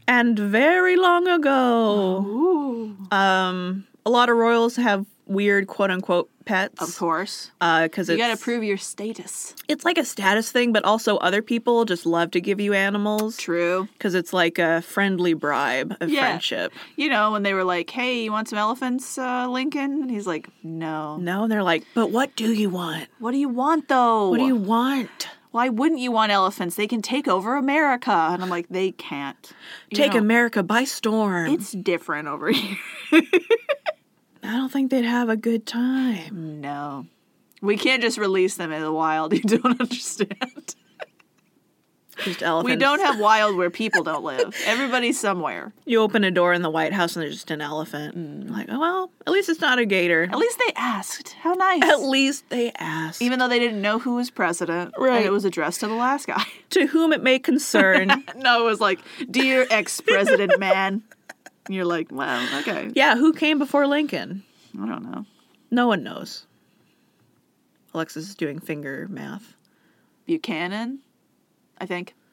S2: And very long
S1: Oh.
S2: ago,
S1: Ooh.
S2: um, a lot of royals have weird quote unquote pets.
S1: Of course.
S2: Because
S1: You
S2: it's,
S1: gotta prove your status.
S2: it's like a status thing, but also other people just love to give you animals.
S1: True.
S2: Because it's like a friendly bribe of
S1: Yeah.
S2: friendship.
S1: You know, when they were like, hey, you want some elephants, uh, Lincoln? And he's like, no.
S2: No, they're like, but what do you want?
S1: What do you want, though?
S2: What do you want?
S1: Why wouldn't you want elephants? They can take over America. And I'm like, they can't. You
S2: Take
S1: know,
S2: America by storm.
S1: It's different over here.
S2: I don't think they'd have a good time.
S1: No. We can't just release them in the wild. You don't understand.
S2: Just elephants.
S1: We don't have wild where people don't live. Everybody's somewhere.
S2: You open a door in the White House and there's just an elephant. Like, oh well, at least it's not a gator.
S1: At least they asked. How nice.
S2: At least they asked.
S1: Even though they didn't know who was president.
S2: Right.
S1: And it was addressed to the last guy.
S2: to whom it may concern.
S1: no, it was like, dear ex president man. And you're like, wow, okay.
S2: yeah, who came before Lincoln?
S1: I don't know.
S2: No one knows. Alexis is doing finger math.
S1: Buchanan, I think.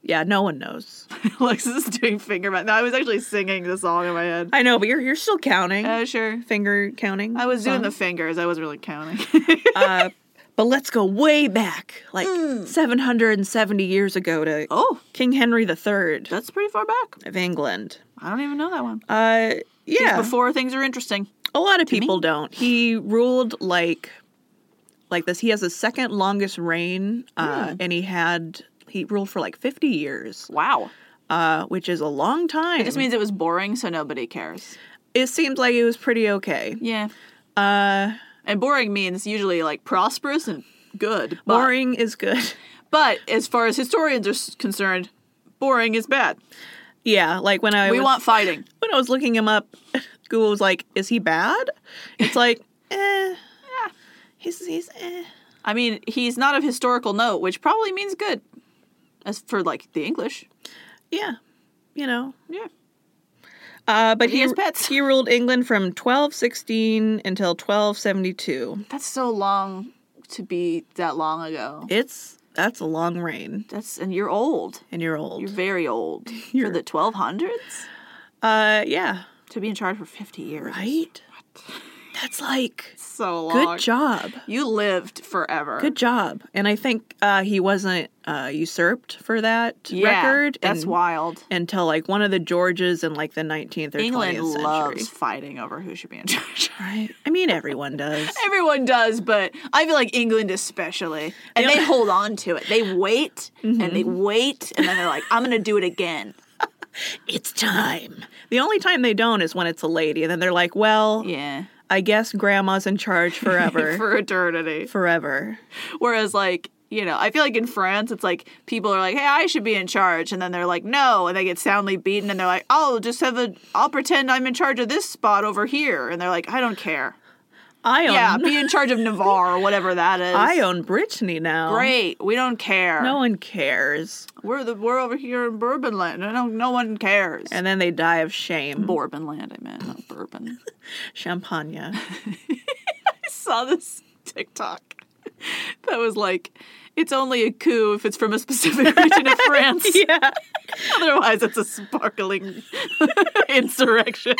S2: Yeah, no one knows.
S1: Alexis is doing finger math. No, I was actually singing the song in my head.
S2: I know, but you're you're still counting.
S1: Oh, sure.
S2: finger counting.
S1: I was doing
S2: song.
S1: the fingers. I wasn't really counting.
S2: uh, but let's go way back, like 770 years ago to
S1: oh,
S2: King Henry III
S1: that's pretty far back.
S2: of England.
S1: I don't even know that one.
S2: Uh,
S1: These
S2: yeah,
S1: Before things are interesting.
S2: a lot of
S1: me.
S2: people don't. He ruled like like this. He has the second longest reign, uh, and he had he ruled for like 50 years,
S1: Wow.
S2: uh, which is a long time.
S1: It just means it was boring, so nobody cares.
S2: it seems like it was pretty okay.
S1: Yeah.
S2: Uh,
S1: And boring means usually like prosperous and good. But,
S2: boring is good.
S1: But as far as historians are s- concerned, boring is bad.
S2: yeah, like when I
S1: we
S2: was,
S1: want fighting.
S2: when I was looking him up, Google was like, "Is he bad?" It's like, eh, he's he's eh.
S1: I mean, he's not of historical note, which probably means good. As for like the English.
S2: yeah, you know.
S1: Yeah.
S2: Uh, but
S1: He
S2: he,
S1: has pets.
S2: He ruled England from 1216 until 1272.
S1: That's so long to be that long ago.
S2: It's that's a long reign,
S1: That's and you're old.
S2: and you're old.
S1: You're very old.
S2: You're-
S1: For the 1200s?
S2: uh, yeah,
S1: To be in charge for 50 years.
S2: right. That's like
S1: So long.
S2: good job.
S1: You lived forever.
S2: Good job. And I think uh, he wasn't uh, usurped for that
S1: yeah,
S2: record.
S1: That's
S2: and-
S1: wild.
S2: Until like one of the Georges in like the 19th or
S1: England
S2: 20th century.
S1: loves fighting over who should be in charge.
S2: Right. I mean, everyone does.
S1: Everyone does, but I feel like England especially. And
S2: Yeah. Mm-hmm.
S1: they hold on to it. They wait and they wait and then they're like, I'm gonna do it again.
S2: it's time. The only time they don't is when it's a lady, and then they're like, "Well,
S1: Yeah.
S2: I guess grandma's in charge forever,
S1: For eternity.
S2: forever."
S1: Whereas like you know, I feel like in France, it's like people are like, "Hey, I should be in charge," and then they're like, "No," and they get soundly beaten, and they're like, "I'll just have a, I'll pretend I'm in charge of this spot over here," and they're like, "I don't care."
S2: I own,
S1: Yeah, be in charge of Navarre or whatever that is.
S2: I own Brittany now.
S1: Great, we don't care.
S2: No one cares,
S1: We're the we're over here in Bourbonland. No, no one cares.
S2: and then they die of shame.
S1: Bourbonland, I meant not Bourbon.
S2: Champagne.
S1: saw this TikTok that was like, "It's only a coup if it's from a specific region of France."
S2: yeah.
S1: Otherwise, it's a sparkling insurrection.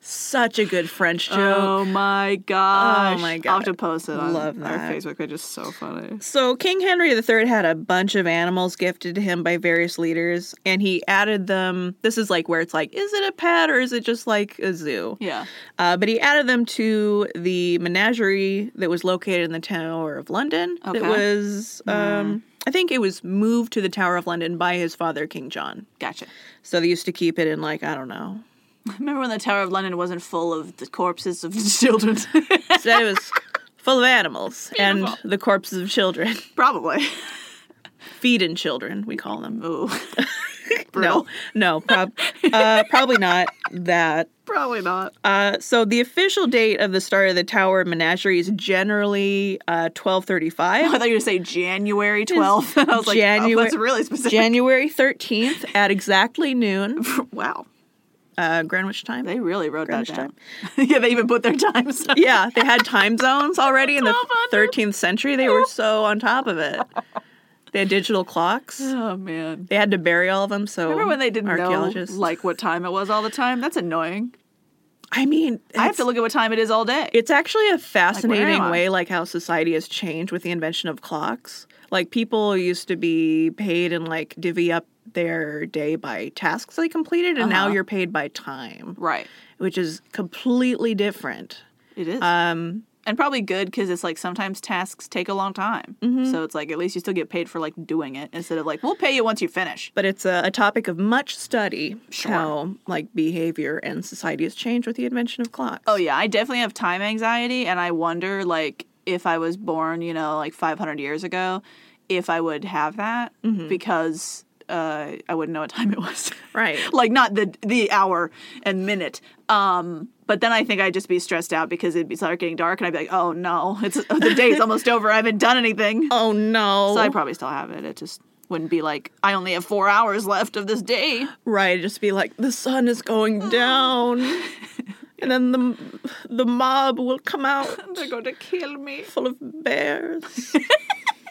S2: Such a good French joke.
S1: Oh my gosh!
S2: Oh my
S1: I'll have to
S2: God.
S1: post it on
S2: Love
S1: our
S2: that.
S1: Facebook page. It's so funny.
S2: So, King Henry III had a bunch of animals gifted to him by various leaders, and he added them. This is like where it's like, is it a pet or is it just like a zoo?
S1: Yeah.
S2: Uh, but he added them to the menagerie that was located in the Tower of London. That
S1: Okay. Hmm.
S2: was, um, I think it was moved to the Tower of London by his father, King John.
S1: Gotcha.
S2: So they used to keep it in, like, I don't know.
S1: Remember when the Tower of London wasn't full of the corpses of children?
S2: So it was full of animals
S1: Beautiful.
S2: and the corpses of children,
S1: Probably.
S2: feed and children, we call them.
S1: Ooh.
S2: No, no, prob- uh, probably not that.
S1: Probably not.
S2: Uh, so the official date of the start of the Tower Menagerie is generally uh, twelve
S1: I
S2: thirty-five,
S1: thought you were going to say January 12th. I was like, oh,
S2: Janua-
S1: that's really specific.
S2: January thirteenth at exactly noon,
S1: wow.
S2: uh, Greenwich time.
S1: They really wrote that
S2: Greenwich
S1: down. yeah, they even put their times. on-
S2: Yeah, they had time zones already in the
S1: 1200.
S2: thirteenth century. They were so on top of it. They had digital clocks.
S1: Oh, man.
S2: They had to bury all of them. So
S1: Remember when they didn't know
S2: archaeologists
S1: like what time it was all the time? That's annoying.
S2: I mean,
S1: I have to
S2: it's-
S1: look at what time it is all day.
S2: It's actually a
S1: am
S2: fascinating
S1: I?
S2: way, like how society has changed with the invention of clocks. Like people used to be paid and like divvy up their day by tasks they completed, and now
S1: Uh-huh.
S2: you're paid by time,
S1: right.
S2: which is completely different.
S1: It is.
S2: Um,
S1: and probably good because it's like sometimes tasks take a long time.
S2: Mm-hmm.
S1: So it's like at least you still get paid for like doing it instead of like, we'll pay you once you finish.
S2: but it's a, a topic of much study
S1: Sure.
S2: how like behavior and society has changed with the invention of clocks.
S1: Oh yeah, I definitely have time anxiety, and I wonder like if I was born, you know, like 500 years ago, if I would have that
S2: Mm-hmm.
S1: because uh, I wouldn't know what time it was.
S2: right.
S1: like not the the hour and minute. Um, but then I think I'd just be stressed out because it'd be start getting dark, and I'd be like, oh no, it's the day's almost over. I haven't done anything.
S2: Oh no!
S1: So I probably still have it. It just wouldn't be like I only have four hours left of this day.
S2: Right, just be like the sun is going down, and then the the mob will come out
S1: They're going to kill me.
S2: full of bears.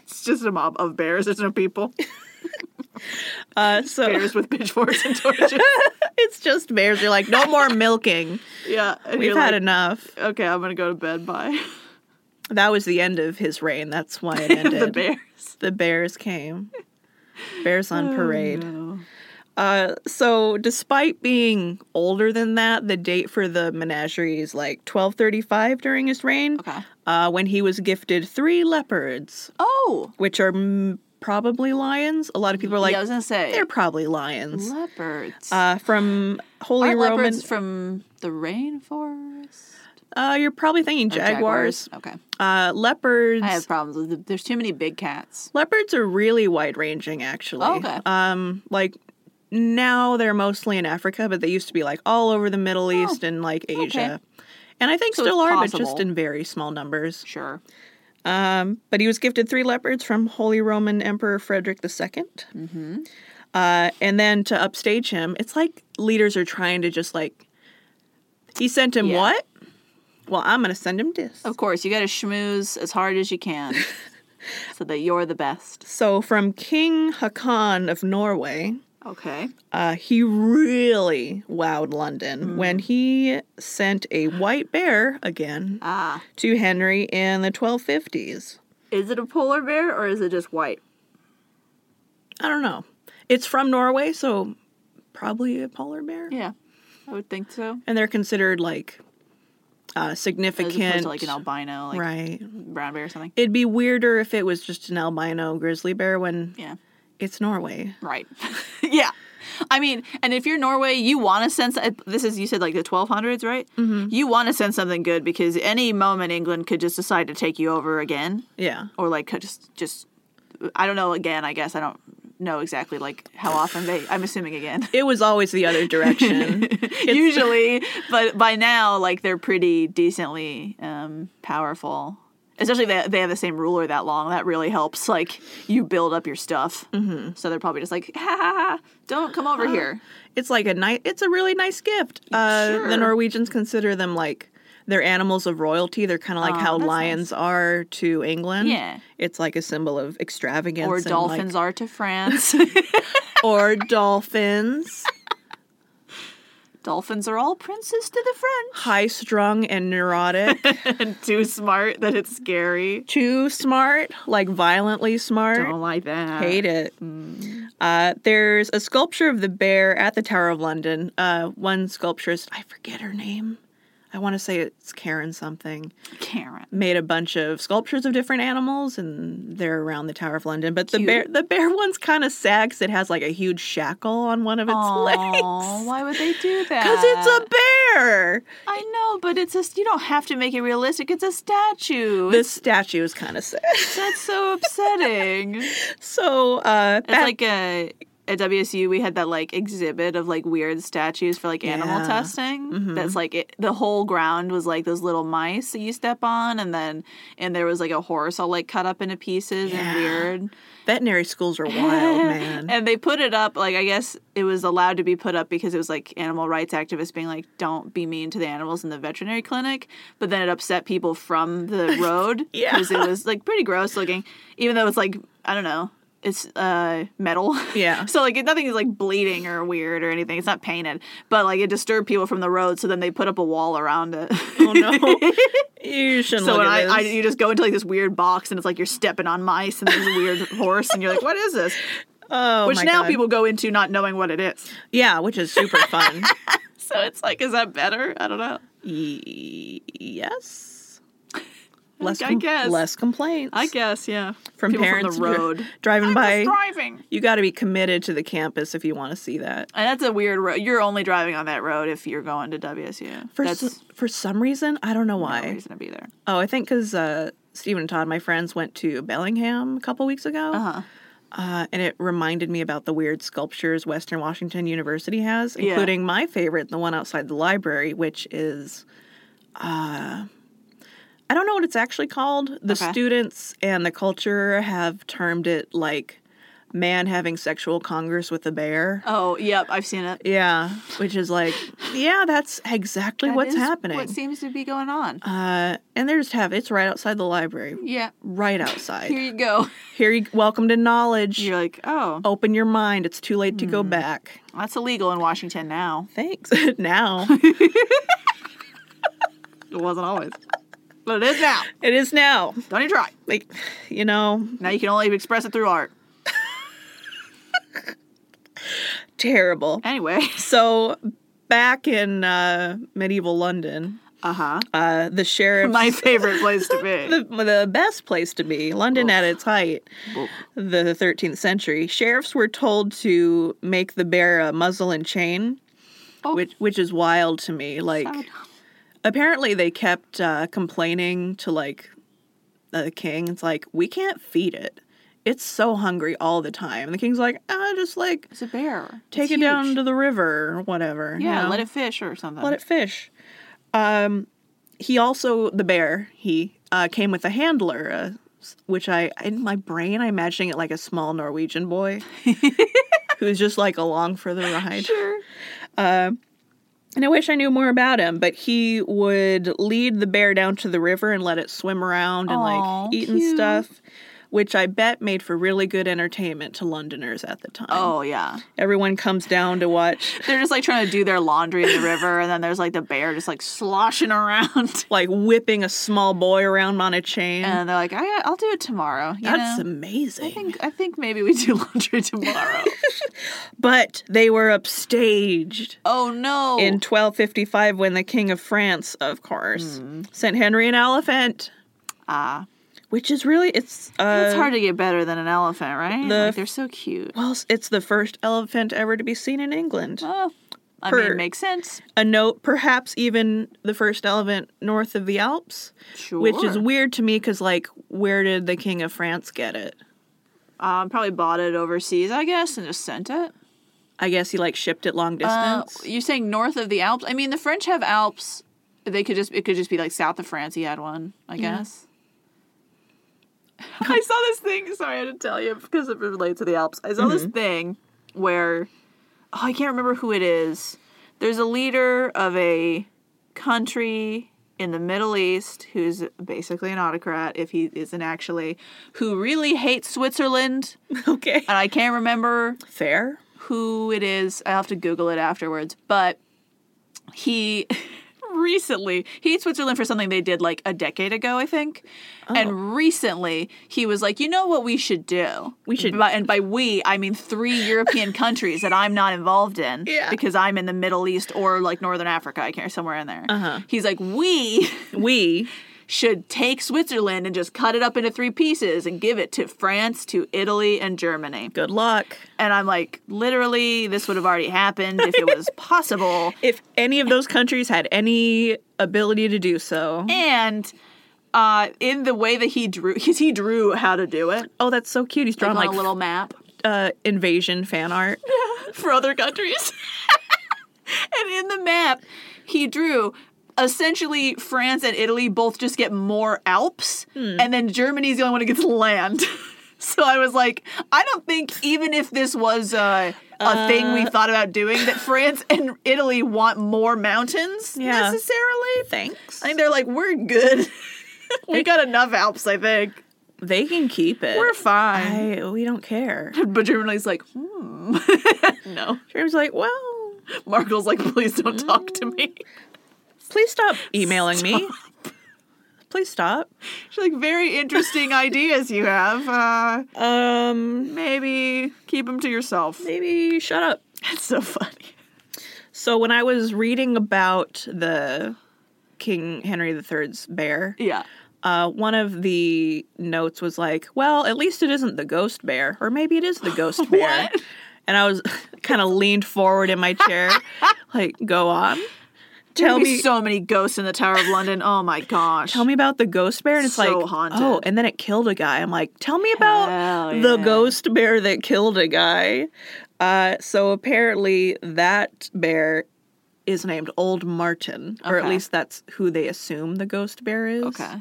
S1: It's just a mob of bears. There's no people.
S2: Uh, so
S1: Bears with pitchforks and torches.
S2: it's just bears. You're like, no more milking.
S1: Yeah, and
S2: We've
S1: you're
S2: had
S1: like,
S2: enough.
S1: Okay, I'm gonna go to bed. Bye.
S2: That was the end of his reign. That's why it ended.
S1: the bears.
S2: The bears came. Bears on parade.
S1: Oh, no.
S2: Uh, so, despite being older than that, the date for the menagerie is like 1235 during his reign,
S1: Okay.
S2: uh, when he was gifted three leopards,
S1: Oh,
S2: which are mm, probably lions. A lot of people are like,
S1: yeah, I was gonna say
S2: they're probably lions.
S1: leopards.
S2: Uh, from Holy
S1: Aren't
S2: Roman.
S1: leopards from the rainforest?
S2: Uh, you're probably thinking
S1: Or
S2: jaguars.
S1: Okay.
S2: Uh, leopards.
S1: I have problems with. The, there's too many big cats.
S2: Leopards are really wide ranging, actually.
S1: Oh, okay.
S2: Um, like now they're mostly in Africa, but they used to be like all over the Middle East and like Asia. And I think
S1: Oh, So
S2: still
S1: it's
S2: are, but
S1: possible.
S2: just in very small numbers.
S1: Sure.
S2: Um, but he was gifted three leopards from Holy Roman Emperor Frederick II. Mm-hmm. Uh, and then to upstage him, it's like leaders are trying to just like, he sent him
S1: Yeah.
S2: what? Well, I'm going to send him this.
S1: Of course, you gotta schmooze as hard as you can, so that you're the best.
S2: So, from King Haakon of Norway,
S1: Okay.
S2: uh, he really wowed London when he sent a white bear again
S1: Ah,
S2: to Henry in the 1250s.
S1: is it a polar bear or is it just white?
S2: I don't know. It's from Norway, so probably a polar bear.
S1: Yeah, I would think so.
S2: And they're considered like uh,
S1: As
S2: significant.
S1: opposed to like an albino, like
S2: right.
S1: brown bear or something.
S2: It'd be weirder if it was just an albino grizzly bear when
S1: Yeah.
S2: it's Norway.
S1: Right. yeah. I mean, and if you're Norway, you want to send so- this is you said like the 1200s, right? Mm-hmm. You want to send something good because any moment England could just decide to take you over again,
S2: Yeah.
S1: or like could just just I don't know again. I guess I don't know exactly like how often they. I'm assuming again.
S2: It was always the other direction.
S1: Usually, but by now, like they're pretty decently um, powerful. Especially if they, they have the same ruler that long. That really helps. Like you build up your stuff. Mm-hmm. Ah, So they're probably just like, ha, ha, ha don't come over here.
S2: It's like a nice. It's a really nice gift. Uh,
S1: Sure.
S2: The Norwegians consider them like they're animals of royalty. They're kind of like
S1: Oh,
S2: how
S1: that's nice.
S2: lions are to England.
S1: Yeah.
S2: it's like a symbol of extravagance.
S1: Or
S2: and, like-
S1: dolphins are to France.
S2: or dolphins,
S1: dolphins are all princes to the
S2: high strung and neurotic,
S1: French. and too smart that it's scary.
S2: too smart, like violently smart.
S1: Don't like that.
S2: Hate it.
S1: mm.
S2: Uh, there's a sculpture of the bear at the Tower of London. Uh, one sculpturist, I forget her name. I want to say it's Karen something.
S1: Karen.
S2: made a bunch of sculptures of different animals and they're around the Tower of London. But the
S1: Cute.
S2: bear the bear one's kind of sad 'cause it has like a huge shackle on one of its
S1: Aw,
S2: legs.
S1: why would they do that?
S2: Because it's a bear.
S1: I know, but it's a. You don't have to make it realistic. It's a statue.
S2: This statue is kind of sad.
S1: That's so upsetting. it's
S2: So uh back-
S1: like a at WSU we had that like exhibit of like weird statues for like animal
S2: Yeah. Mm-hmm.
S1: testing. That's like it, the whole ground was like those little mice that you step on, and then and there was like a horse all like cut up into pieces
S2: Yeah.
S1: and weird.
S2: Veterinary schools are wild, man.
S1: And they put it up, like, I guess it was allowed to be put up because it was like animal rights activists being like, don't be mean to the animals in the veterinary clinic. But then it upset people from the road
S2: Yeah.
S1: because it was like pretty gross looking, even though it's like, I don't know, it's uh, metal.
S2: Yeah.
S1: so, like, nothing is like bleeding or weird or anything. It's not painted, but like it disturbed people from the road. So then they put up a wall around it.
S2: Oh no, you shouldn't
S1: So
S2: look
S1: when
S2: at
S1: I,
S2: this.
S1: I, you just go into like this weird box and it's like you're stepping on mice and there's a weird horse and you're like, what is this?
S2: oh
S1: which
S2: my
S1: now
S2: God.
S1: people go into not knowing what it is.
S2: yeah, which is super fun.
S1: So it's like, is that better? I don't know.
S2: Y- yes. Less,
S1: I
S2: com-
S1: guess.
S2: less complaints.
S1: I guess, yeah.
S2: from
S1: People
S2: parents
S1: from the
S2: dri-
S1: road.
S2: driving by.
S1: driving.
S2: you got to be committed to the campus if you want to see that.
S1: And Uh, that's a weird road. You're only driving on that road if you're going to WSU.
S2: For
S1: that's
S2: s- for some reason, I don't know
S1: no
S2: why.
S1: reason to be there.
S2: Oh, I think because uh, Stephen and Todd, my friends, went to Bellingham a couple weeks ago.
S1: Uh-huh.
S2: Uh, and it reminded me about the weird sculptures Western Washington University has,
S1: Yeah.
S2: including my favorite, the one outside the library, which is, uh, I don't know what it's actually called. The
S1: Okay.
S2: students and the culture have termed it like man having sexual congress with a bear.
S1: Oh, yep, I've seen it.
S2: Yeah, which is like, yeah, that's exactly
S1: That
S2: what's
S1: is
S2: happening.
S1: What seems to be going on?
S2: uh, and there's have it's right outside the library,
S1: yeah.
S2: right
S1: Here
S2: outside.
S1: you go.
S2: Here, you, welcome to knowledge.
S1: You're like, oh,
S2: Open your mind. It's too late to go
S1: Mm.
S2: back.
S1: that's illegal in Washington now.
S2: Thanks. now
S1: It wasn't always, but it is now.
S2: it is now.
S1: Don't even try.
S2: Like, you know,
S1: Now you can only express it through art.
S2: terrible.
S1: Anyway,
S2: So back in uh, medieval London,
S1: uh huh.
S2: uh, the sheriff.
S1: My favorite place to be.
S2: the, the best place to be, London at its height,
S1: Oof.
S2: the 13th century, sheriffs were told to make the bear a muzzle and chain,
S1: Oh.
S2: which which is wild to me. Like,
S1: Sad.
S2: apparently they kept uh, complaining to like the king. It's like we can't feed it; it's so hungry all the time. And the king's like, ah, just like
S1: It's a bear.
S2: take
S1: It's
S2: it down
S1: huge.
S2: to the river or whatever. you
S1: yeah,
S2: know?
S1: let it fish or something.
S2: let it fish. Um, he also the bear. He uh, came with a handler, uh, s- which I in my brain I'm imagining it like a small Norwegian boy who's just like along for the ride. Um,
S1: Sure.
S2: And I wish I knew more about him, but he would lead the bear down to the river and let it swim around and
S1: Aw,
S2: like eat and
S1: cute.
S2: stuff, which I bet made for really good entertainment to Londoners at the time.
S1: Oh yeah,
S2: Everyone comes down to watch
S1: they're just like trying to do their laundry in the river, and then there's like the bear just like sloshing around,
S2: like whipping a small boy around on a chain.
S1: and they're like, I, "I'll do it tomorrow." Uh, You
S2: That's
S1: know?
S2: amazing.
S1: I think I think maybe we do laundry tomorrow.
S2: But they were upstaged
S1: oh no!
S2: in 1255 when the King of France, of course, sent Henry an elephant,
S1: Hmm. ah,
S2: which is really it's uh,
S1: it's hard to get better than an elephant, right?
S2: the-
S1: like, they're so cute.
S2: well, it's the first elephant ever to be seen in England.
S1: Oh, I
S2: per-
S1: mean, makes sense.
S2: A note, perhaps even the first elephant north of the Alps,
S1: Sure.
S2: which is weird to me because, like, where did the King of France get it?
S1: um, probably bought it overseas, I guess, and just sent it.
S2: I guess he like shipped it long
S1: Uh,
S2: distance.
S1: you're saying north of the Alps? I mean, the French have Alps. They could just it could just be like south of France. He had one, I guess. I saw this thing. Sorry, I had to tell you because it relates to the Alps. I saw this thing where oh, I can't remember who it is. There's a leader of a country in the Middle East who's basically an autocrat, if he isn't actually, who really hates Switzerland,
S2: okay,
S1: and I can't remember
S2: fair.
S1: who it is. I'll have to Google it afterwards. But he recently he in Switzerland for something they did like a decade ago, I think.
S2: Oh.
S1: And recently he was like, you know what we should do?
S2: We should-
S1: By, and by we, I mean three European countries that I'm not involved in
S2: Yeah.
S1: because I'm in the Middle East or like Northern Africa. I can't somewhere in there. Uh-huh. He's like, we
S2: We
S1: should take Switzerland and just cut it up into three pieces and give it to France, to Italy, and Germany.
S2: good luck.
S1: And I'm like, literally, this would have already happened if it was possible.
S2: if any of those countries had any ability to do so.
S1: And uh, in the way that he drew, because he drew how to do it
S2: Oh, that's so cute. He's drawn
S1: like
S2: like,
S1: on a little map.
S2: uh, invasion fan art.
S1: for other countries. and in the map, he drew essentially France and Italy both just get more Alps, and then Germany's the only one who gets land. so I was like, I don't think even if this was uh, a thing we thought about doing, that France and Italy want more mountains
S2: Yeah.
S1: necessarily.
S2: Thanks.
S1: I think they're like, we're good. we got enough Alps, I think.
S2: they can keep it.
S1: We're fine.
S2: I, we don't care.
S1: But Germany's like, hmm. no.
S2: Jeremy's like, well,
S1: Markle's like, please don't talk to me.
S2: please stop emailing me. Please stop.
S1: She's like, very interesting ideas you have. Uh,
S2: Um,
S1: maybe keep them to yourself.
S2: maybe shut up.
S1: It's so funny.
S2: So when I was reading about the King Henry III's bear,
S1: Yeah.
S2: uh, one of the notes was like, "Well, at least it isn't the ghost bear, or maybe it is the ghost bear."
S1: What?
S2: And I was kind of leaned forward in my chair, like, "Go on, tell
S1: There'd be
S2: me,
S1: so many ghosts in the Tower of London. Oh my gosh.
S2: tell me about the ghost bear." And it's
S1: So
S2: like,
S1: haunted.
S2: "Oh," and then it killed a guy. I'm like, "Tell me about
S1: Hell
S2: the
S1: yeah.
S2: ghost bear that killed a guy." Uh, so apparently, that bear is named Old Martin, or at
S1: Okay.
S2: least that's who they assume the ghost bear is
S1: Okay.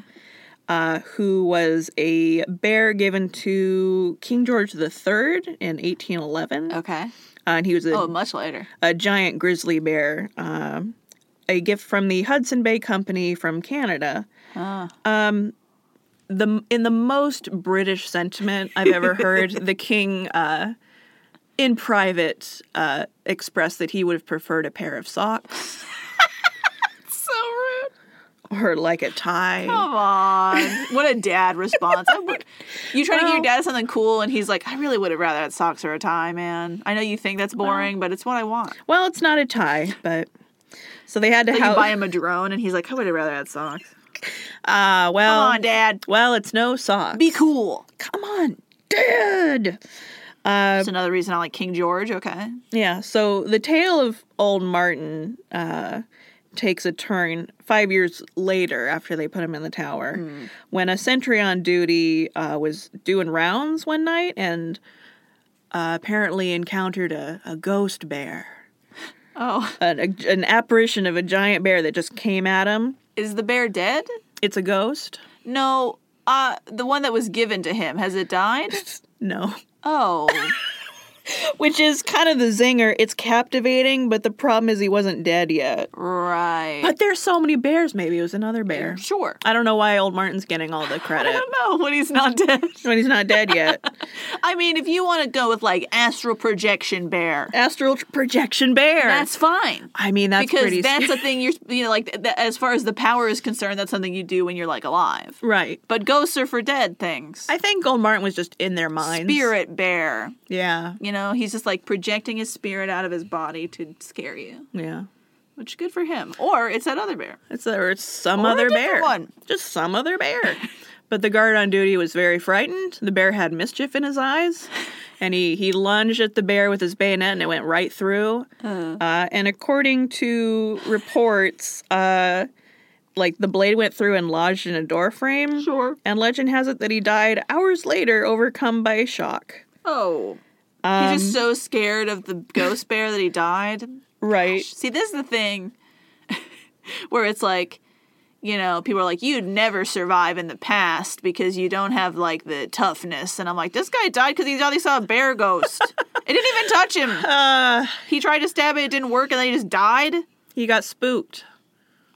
S2: uh, who was a bear given to King George III in 1811. Uh,
S1: Okay.
S2: and he was a,
S1: Oh, much later.
S2: a giant grizzly bear, um, a gift from the Hudson Bay Company from Canada. Um,
S1: Ah.
S2: The In the most British sentiment I've ever heard, the king. Uh, in private, uh, expressed that he would have preferred a pair of socks
S1: So rude.
S2: or like a tie.
S1: Come on. What a dad response. I would- you try to give your dad something cool, and he's like, I really would have rather had socks or a tie, man. I know you think that's boring, but it's what I want.
S2: Well, it's not a tie, but so they had to
S1: Like you
S2: have.
S1: buy him a drone, and he's like, I would have rather had socks.
S2: uh, well,
S1: Come on, dad.
S2: well, it's no socks.
S1: Um, Be cool.
S2: come on, dude. Uh,
S1: That's another reason I like King George. Okay.
S2: yeah, so the tale of old Martin uh, takes a turn five years later after they put him in the tower
S1: Hmm.
S2: when a sentry on duty uh, was doing rounds one night and uh, apparently encountered a, a ghost bear,
S1: Oh,
S2: an, a, an apparition of a giant bear that just came at him.
S1: is the bear dead?
S2: It's a ghost?
S1: No. Uh, the one that was given to him has it died?
S2: No.
S1: Oh,
S2: Which is kind of the zinger. It's captivating, but the problem is he wasn't dead yet.
S1: right.
S2: But there's so many bears. Maybe it was another bear.
S1: Sure.
S2: I don't know why old Martin's getting all the
S1: I
S2: credit
S1: don't know when he's not dead.
S2: when he's not dead yet.
S1: I mean, if you want to go with like astral projection bear,
S2: Astral tr- projection bear.
S1: that's fine.
S2: I mean, that's
S1: Because
S2: pretty.
S1: that's
S2: scary.
S1: a thing you're, you know, like th- th- as far as the power is concerned, that's something you do when you're like alive.
S2: right.
S1: But ghosts are for dead things.
S2: I think old Martin was just in their minds.
S1: Spirit bear.
S2: Yeah.
S1: You know, he's just like projecting his spirit out of his body to scare you,
S2: Yeah.
S1: which good for him. Or it's that other bear.
S2: It's or it's some
S1: Or a
S2: other
S1: different
S2: bear.
S1: one.
S2: Just some other bear. but the guard on duty was very frightened. The bear had mischief in his eyes. And he, he lunged at the bear with his bayonet and it went right through. Uh, and according to reports, uh, like the blade went through and lodged in a door frame.
S1: Sure.
S2: And legend has it that he died hours later, overcome by shock.
S1: Oh. he's
S2: Um,
S1: just so scared of the ghost bear that he died.
S2: Right.
S1: See, this is the thing where it's like, you know, people are like, you'd never survive in the past because you don't have like the toughness. And I'm like, this guy died because he thought he saw a bear ghost. it didn't even touch him.
S2: Uh,
S1: He tried to stab it, it didn't work, and then he just died.
S2: he got spooked,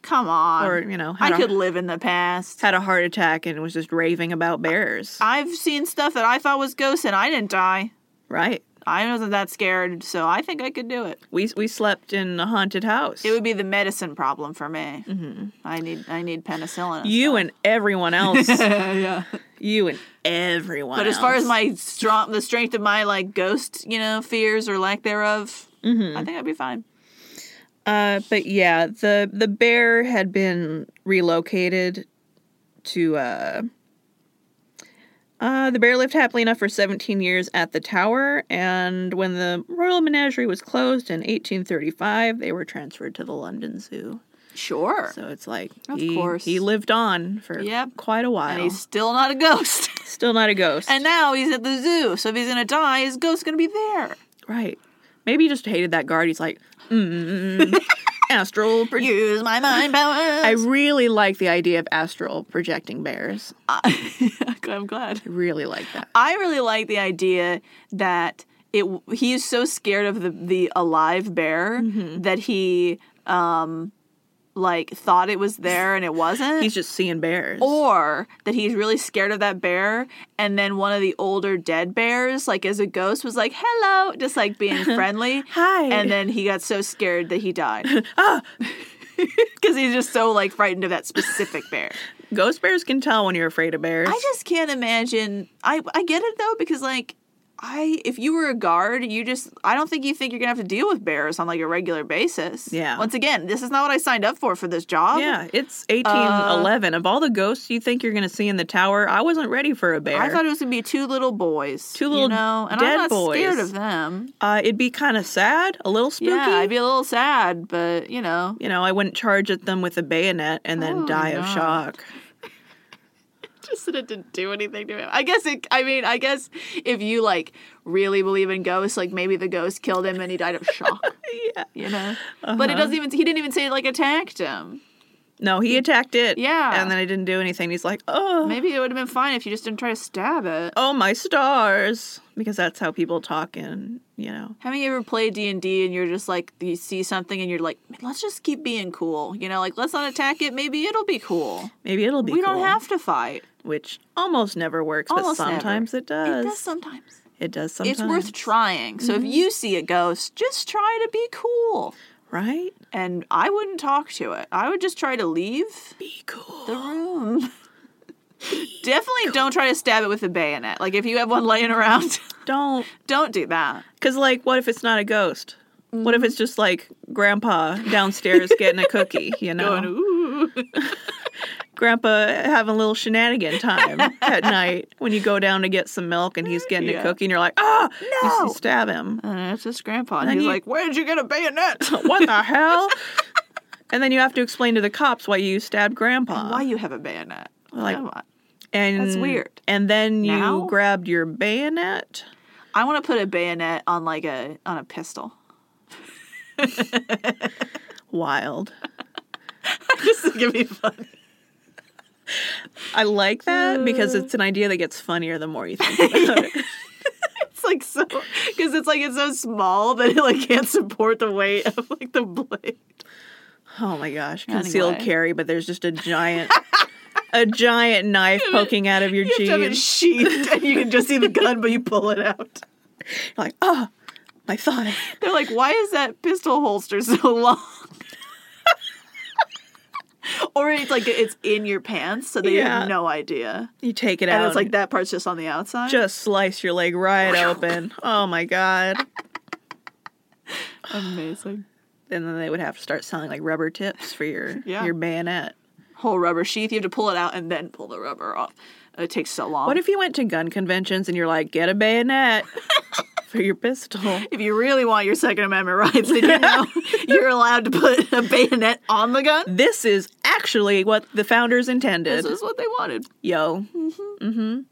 S1: Come on.
S2: or you know,
S1: Um,
S2: had,
S1: I
S2: a,
S1: could live in the past.
S2: had a heart attack and was just raving about bears.
S1: I've seen stuff that I thought was ghosts and I didn't die.
S2: right.
S1: I wasn't that scared, so I think I could do it.
S2: We we slept in a haunted house.
S1: It would be the medicine problem for me. Mm-hmm. I need I need penicillin.
S2: you and everyone else.
S1: yeah.
S2: you and everyone.
S1: But as far as
S2: else.
S1: my strong, the strength of my like ghost, you know, fears or lack thereof, I think I'd be fine.
S2: uh, but yeah, the the bear had been relocated to. Uh, uh, the bear lived happily enough for 17 years at the tower, and when the royal menagerie was closed in 1835, they were transferred to the London Zoo.
S1: Sure.
S2: So it's like
S1: Of
S2: he,
S1: course.
S2: he lived on for
S1: Yep.
S2: quite a while.
S1: and he's still not a ghost.
S2: still not a ghost.
S1: and now he's at the zoo. So if he's gonna die, his ghost's gonna be there.
S2: right. Maybe he just hated that guard. He's like, mm, astral. Pro-
S1: Use my mind powers.
S2: I really like the idea of astral projecting bears.
S1: I, I'm glad.
S2: I really like that.
S1: I really like the idea that it he is so scared of the the alive bear
S2: Mm-hmm.
S1: that he um like thought it was there and it wasn't.
S2: He's just seeing bears.
S1: or that he's really scared of that bear and then one of the older dead bears like as a ghost was like hello just like being friendly
S2: Hi. Ah.
S1: and then he got so scared that he died because he's just so like frightened of that specific bear
S2: Ghost bears can tell when you're afraid of bears.
S1: I just can't imagine. I I get it though because like I if you were a guard, you just I don't think you think you're gonna have to deal with bears on like a regular basis.
S2: Yeah.
S1: Once again, this is not what I signed up for for this job.
S2: yeah, it's
S1: Uh,
S2: 1811. of all the ghosts you think you're going to see in the tower, I wasn't ready for a bear.
S1: I thought it was gonna be two little boys.
S2: Two little
S1: you know? and
S2: dead
S1: I'm not scared
S2: boys.
S1: of them.
S2: uh, it'd be kind of sad, a little spooky.
S1: Yeah, I'd be a little sad, but you know.
S2: you know, I wouldn't charge at them with a bayonet and then
S1: Oh,
S2: die of
S1: no.
S2: shock.
S1: Just that it didn't do anything to him. I guess it I mean, I guess if you like really believe in ghosts, like maybe the ghost killed him and he died of shock.
S2: Yeah.
S1: you know? But it doesn't even he didn't even say it like attacked him.
S2: No, he attacked it.
S1: Yeah.
S2: And then I didn't do anything. He's like, oh,
S1: Maybe it would have been fine if you just didn't try to stab it.
S2: oh my stars, because that's how people talk in, you know.
S1: Haven't you ever played D and D and you're just like you see something and you're like, let's just keep being cool, you know, like let's not attack it. Maybe it'll be cool.
S2: Maybe it'll be
S1: we
S2: cool,
S1: don't have to fight.
S2: which almost never works,
S1: Almost
S2: but
S1: never.
S2: sometimes it does.
S1: It does sometimes.
S2: It does sometimes.
S1: It's worth trying. So if you see a ghost, just try to be cool.
S2: right.
S1: And I wouldn't talk to it. I would just try to leave
S2: Be cool.
S1: the room. Definitely don't try to stab it with a bayonet. Like if you have one laying around,
S2: Don't,
S1: don't do that.
S2: because like, what if it's not a ghost?
S1: Mm-hmm.
S2: What if it's just like Grandpa downstairs getting a cookie? You know,
S1: Going, ooh.
S2: Grandpa having a little shenanigan time at night when you go down to get some milk and he's getting a
S1: Yeah.
S2: cookie and you're like, ah, You s- you
S1: No.
S2: stab him.
S1: And Uh, it's just grandpa. And,
S2: And
S1: he's
S2: you-
S1: like, Where did you get a bayonet?
S2: What the hell? And then you have to explain to the cops why you stabbed Grandpa.
S1: Why you have a bayonet?
S2: Like-
S1: Come on.
S2: And
S1: That's weird.
S2: And then you
S1: Now?
S2: grabbed your bayonet.
S1: I want to put a bayonet on like a on a pistol.
S2: Wild.
S1: Just to give me fun.
S2: I like that
S1: Uh.
S2: because it's an idea that gets funnier the more you think about it.
S1: It's like so because it's like it's so small that it like can't support the weight of like the blade.
S2: Oh my gosh, concealed
S1: Anyway.
S2: carry, but there's just a giant, a giant knife poking out of your
S1: You have to have it
S2: jeans.
S1: sheathed and you can just see the gun, but you pull it out.
S2: like, oh, my thigh.
S1: They're like, why is that pistol holster so long? or it's like it's in your pants, so they
S2: Yeah.
S1: have no idea.
S2: You take it
S1: And
S2: out.
S1: it's like that part's just on the outside.
S2: just slice your leg right open. Oh my god!
S1: Amazing.
S2: And then they would have to start selling like rubber tips for your
S1: Yeah.
S2: your bayonet.
S1: whole rubber sheath. You have to pull it out and then pull the rubber off. It takes so long.
S2: What if you went to gun conventions and you're like, get a bayonet for your pistol?
S1: if you really want your Second Amendment rights, then you know you're allowed to put a bayonet on the gun.
S2: This is actually what the founders
S1: This
S2: intended.
S1: is what they wanted.
S2: Yo,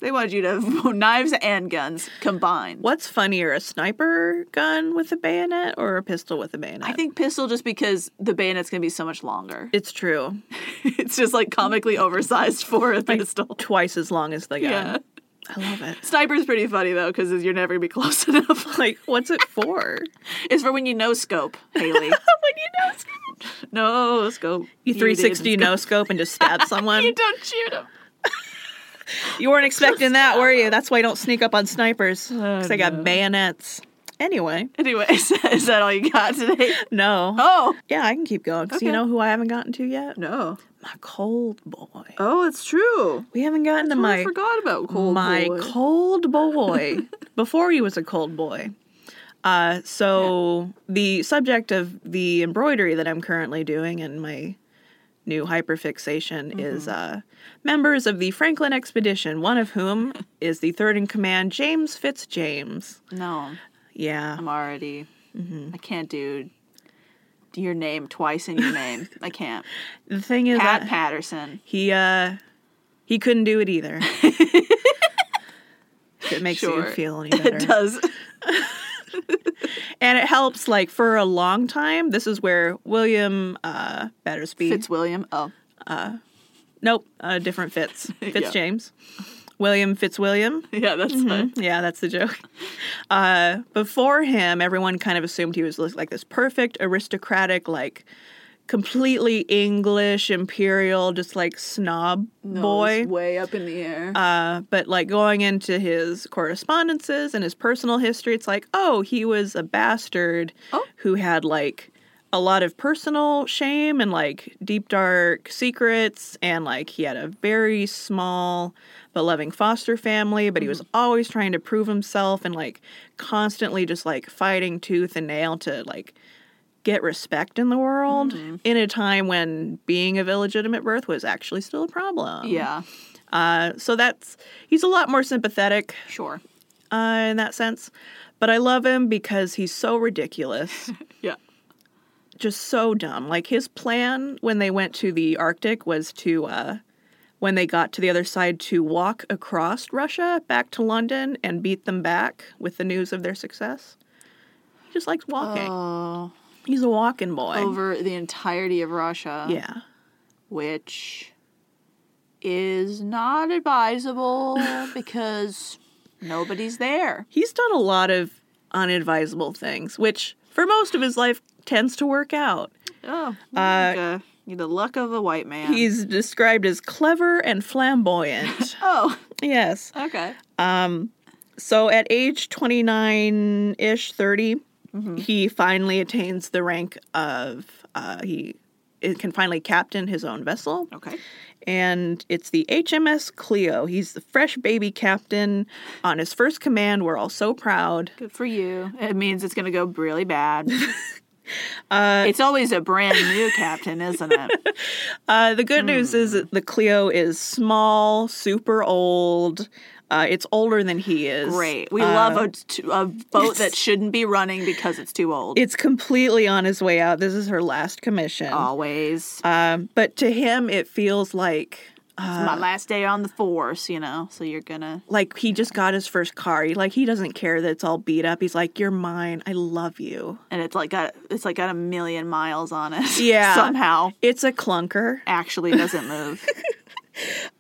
S1: They wanted you to have knives and guns combined.
S2: what's funnier, a sniper gun with a bayonet or a pistol with a bayonet?
S1: I think pistol just because the bayonet's gonna be so much longer.
S2: it's true.
S1: It's just like comically oversized for a pistol.
S2: Twice as long as the gun.
S1: Yeah.
S2: I love it.
S1: Sniper's pretty funny though, because you're never gonna be close enough.
S2: Like, what's it for?
S1: It's for when you no scope, Haley.
S2: when
S1: no scope.
S2: you
S1: didn't
S2: 360 no scope and just stab someone.
S1: You don't shoot him.
S2: You weren't expecting that, were you? That's why I don't sneak up on snipers. Because I got
S1: Oh, no.
S2: bayonets. Anyway,
S1: Anyway, is that, is that all you got today?
S2: no.
S1: Oh
S2: Yeah, I can keep going. 'cause you
S1: Okay.
S2: know who I haven't gotten to yet?
S1: no!
S2: My cold boy.
S1: Oh, it's true.
S2: We haven't gotten to
S1: I
S2: my
S1: forgot about cold
S2: my
S1: boy.
S2: cold boy. Before he was a cold boy. Uh, so the subject of the embroidery that I'm currently doing and my new hyperfixation is
S1: Mm-hmm.
S2: uh, members of the Franklin expedition, one of whom is the third in command, James Fitzjames.
S1: no,
S2: Yeah.
S1: Mm-hmm. I'm already. I can't do your name twice in your name. I can't.
S2: The thing is
S1: Pat
S2: that
S1: Patterson.
S2: he uh he couldn't do it either. if it makes
S1: Sure.
S2: you feel any
S1: It
S2: better.
S1: does.
S2: and it helps like for a long time. This is where William uh Battersby
S1: Fitzwilliam. Oh,
S2: Nope, uh, different Fitz. Fitz
S1: Yeah.
S2: James. William Fitzwilliam.
S1: yeah, that's fine.
S2: Yeah, that's the joke. Uh, before him, everyone kind of assumed he was this- like this perfect aristocratic, like completely English, imperial, just like snob boy.
S1: way up in the air.
S2: Uh, but like going into his correspondences and his personal history, it's like, oh, he was a bastard
S1: Oh.
S2: who had like a lot of personal shame and like deep dark secrets. And like he had a very small but loving foster family, but he was always trying to prove himself and like constantly just like fighting tooth and nail to like get respect in the world in a time when being of illegitimate birth was actually still a problem.
S1: yeah,
S2: Uh, so that's he's a lot more sympathetic
S1: sure.
S2: uh, in that sense, but I love him because he's so ridiculous,
S1: Yeah.
S2: just so dumb. Like his plan when they went to the Arctic was to, uh, when they got to the other side, to walk across Russia back to London and beat them back with the news of their success. He just likes walking.
S1: Oh,
S2: he's a walking boy.
S1: over the entirety of Russia.
S2: yeah.
S1: which is not advisable because nobody's there.
S2: He's done a lot of unadvisable things, which for most of his life tends to work out.
S1: Oh, like, uh, the luck of a white man.
S2: He's described as clever and flamboyant.
S1: oh,
S2: yes.
S1: okay.
S2: So at age 29 ish, 30,
S1: Mm-hmm.
S2: he finally attains the rank of, uh, he it can finally captain his own vessel.
S1: Okay.
S2: And it's the HMS Cleo. He's the fresh baby captain on his first command. We're all so proud.
S1: Good for you. It means it's going to go really bad. it's always a brand new captain, isn't it?
S2: Uh, the good news
S1: Hmm.
S2: is that the Clio is small, super old. Uh, it's older than he is.
S1: Great. We
S2: Uh,
S1: love a, t- a boat that shouldn't be running because it's too old.
S2: It's completely on his way out. This is her last commission.
S1: always.
S2: Um, but to him, it feels like
S1: it's my last day on the force, you know, so you're going to.
S2: like he just got his first car. He, like he doesn't care that it's all beat up. He's like, "You're mine. I love you."
S1: And it's like got it's like got a million miles on it.
S2: Yeah.
S1: Somehow.
S2: It's a clunker.
S1: actually doesn't move.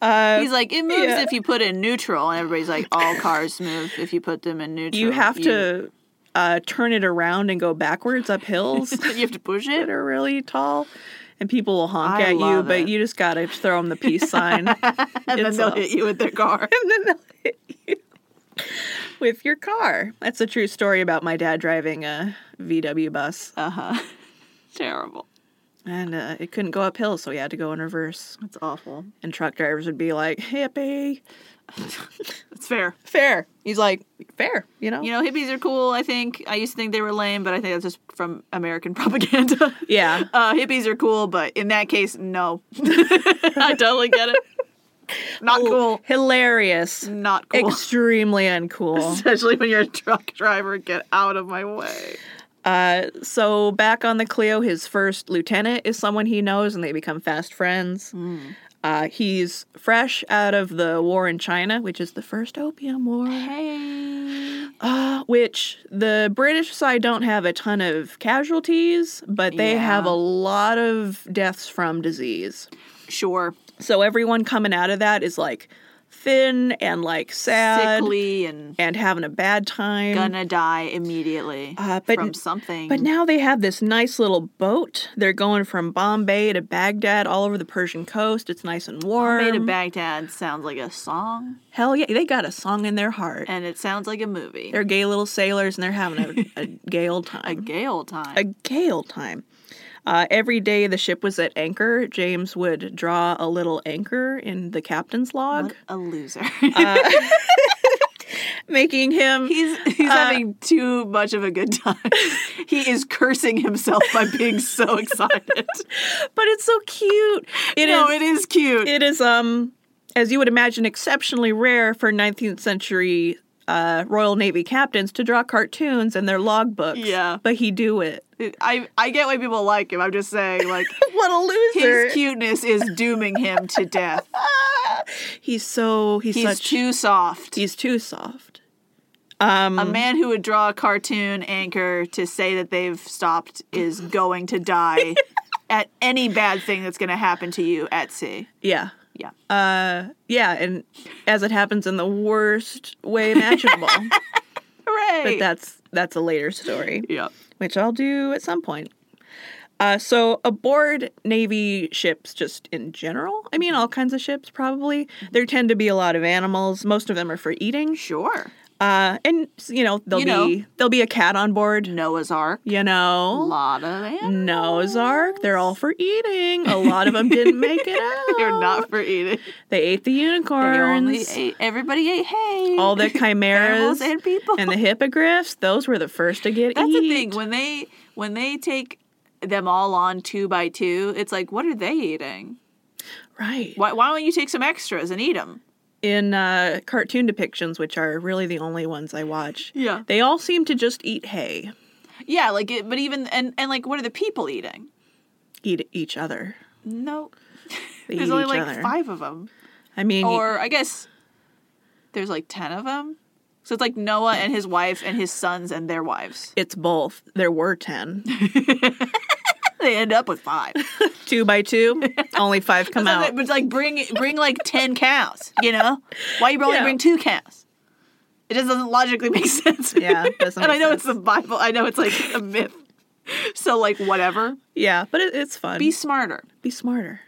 S2: Uh,
S1: He's like, it moves
S2: yeah.
S1: if you put it in neutral, and everybody's like, all cars move if you put them in neutral.
S2: you have to uh, turn it around and go backwards up hills.
S1: you have to push
S2: that
S1: it.
S2: are really tall and people will
S1: I
S2: honk at you,
S1: love
S2: but
S1: it.
S2: you just gotta throw them the peace sign. and
S1: And then they'll hit you with their car.
S2: And then they'll hit you with your car. That's a true story about my dad driving a VW bus.
S1: Uh huh. Terrible.
S2: And uh, it couldn't go uphill, so he had to go in reverse.
S1: That's awful.
S2: And truck drivers would be like, hippie.
S1: It's fair.
S2: Fair. He's like, fair, you know?
S1: You know, hippies are cool, I think. I used to think they were lame, but I think that's just from American propaganda.
S2: Yeah.
S1: Uh, hippies are cool, but in that case, no. I totally get it. Not cool.
S2: Hilarious.
S1: Not cool.
S2: Extremely uncool.
S1: Especially when you're a truck driver. Get out of my way.
S2: Uh, so back on the Clio, his first lieutenant is someone he knows, and they become fast friends.
S1: Hmm.
S2: Uh, he's fresh out of the war in China, which is the first Opium War,
S1: Hey.
S2: uh, which the British side don't have a ton of casualties, but they
S1: Yeah.
S2: have a lot of deaths from disease.
S1: Sure.
S2: So everyone coming out of that is like thin and like sad
S1: Sickly and
S2: and having a bad time.
S1: gonna die immediately
S2: Uh, but-
S1: from something.
S2: But now they have this nice little boat. They're going from Bombay to Baghdad, all over the Persian coast. It's nice and warm.
S1: Made in Baghdad sounds like a song,
S2: Hell yeah, they got a song in their heart.
S1: and it sounds like a movie.
S2: They're gay little sailors, and they're having a, a gay old
S1: A
S2: time.
S1: gay old time.
S2: A gay old time. Uh, every day the ship was at anchor, James would draw a little anchor in the captain's log,
S1: what a loser.
S2: Uh, making him
S1: he's
S2: uh,
S1: he's having too much of a good time. he is cursing himself by being so excited.
S2: But it's so cute. It is.
S1: no, it is cute.
S2: it is um as you would imagine exceptionally rare for 19th century uh, Royal Navy captains to draw cartoons in their logbooks.
S1: Yeah.
S2: But he do it.
S1: I I get why people like him. I'm just saying, like
S2: What a loser.
S1: his cuteness is dooming him to death.
S2: He's so he's,
S1: He's
S2: such
S1: too soft.
S2: he's too soft.
S1: a man who would draw a cartoon anchor to say that they've stopped is going to die at any bad thing that's going to happen to you at sea.
S2: Yeah.
S1: Yeah.
S2: Uh yeah, and as it happens in the worst way imaginable.
S1: Hooray!
S2: but that's that's a later story.
S1: yep.
S2: which I'll do at some point. Uh, so aboard navy ships just in general i mean all kinds of ships probably there tend to be a lot of animals most of them are for eating
S1: Sure.
S2: uh, and you know there'll
S1: You
S2: be
S1: know.
S2: there'll be a cat on board
S1: Noah's Ark.
S2: you
S1: A
S2: know
S1: lot of animals.
S2: noah's ark they're all for eating a lot of them didn't make it out
S1: They're not for eating.
S2: they ate the unicorns
S1: They only ate. Everybody ate hay.
S2: all the
S1: animals
S2: chimeras
S1: and people.
S2: and the hippogriffs those were the first to get
S1: That's
S2: eat.
S1: the thing when they when they take them all on two by two. It's like, what are they eating?
S2: right
S1: Why why don't you take some extras and eat them?
S2: in uh, cartoon depictions, which are really the only ones I watch.
S1: Yeah.
S2: They all seem to just eat hay,
S1: Yeah, like it, but even and and like, what are the people eating?
S2: eat each other.
S1: No,
S2: They
S1: there's
S2: eat
S1: only
S2: each
S1: like
S2: other.
S1: five of them,
S2: I mean,
S1: or I guess there's like ten of them. So it's like Noah and his wife and his sons and their wives.
S2: it's both. There were 10.
S1: They end up with five.
S2: two by two, only five come out.
S1: But like bring bring like ten cows, you know? Why you only
S2: Yeah.
S1: bring two cows? It just doesn't logically make sense.
S2: Yeah, it doesn't
S1: and
S2: make
S1: I know
S2: sense.
S1: it's the Bible. I know it's like a myth. So like whatever.
S2: yeah, but it, it's fun.
S1: Be smarter.
S2: Be smarter.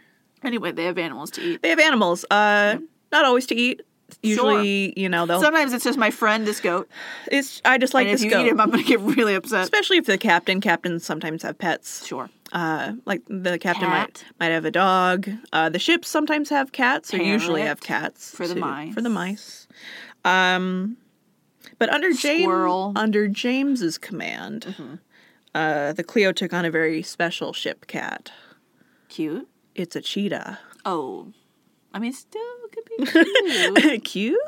S1: Anyway, they have animals to eat.
S2: They have animals, uh, not always to eat. Usually, you know, they'll.
S1: Sometimes it's just my friend, this goat.
S2: it's, I just like
S1: And if
S2: this
S1: you
S2: goat.
S1: eat him, I'm gonna get really upset.
S2: Especially if the captain, captains sometimes have pets.
S1: Sure.
S2: uh, like the captain
S1: Cat.
S2: might might have a dog. Uh, the ships sometimes have cats, or usually
S1: Parrot.
S2: have cats
S1: For the
S2: too,
S1: mice.
S2: For the mice. Um, but under James,
S1: Squirrel. Mm-hmm.
S2: under James's command, uh, the Cleo took on a very special ship cat.
S1: Cute.
S2: It's a cheetah.
S1: Oh. I mean still it could be cute.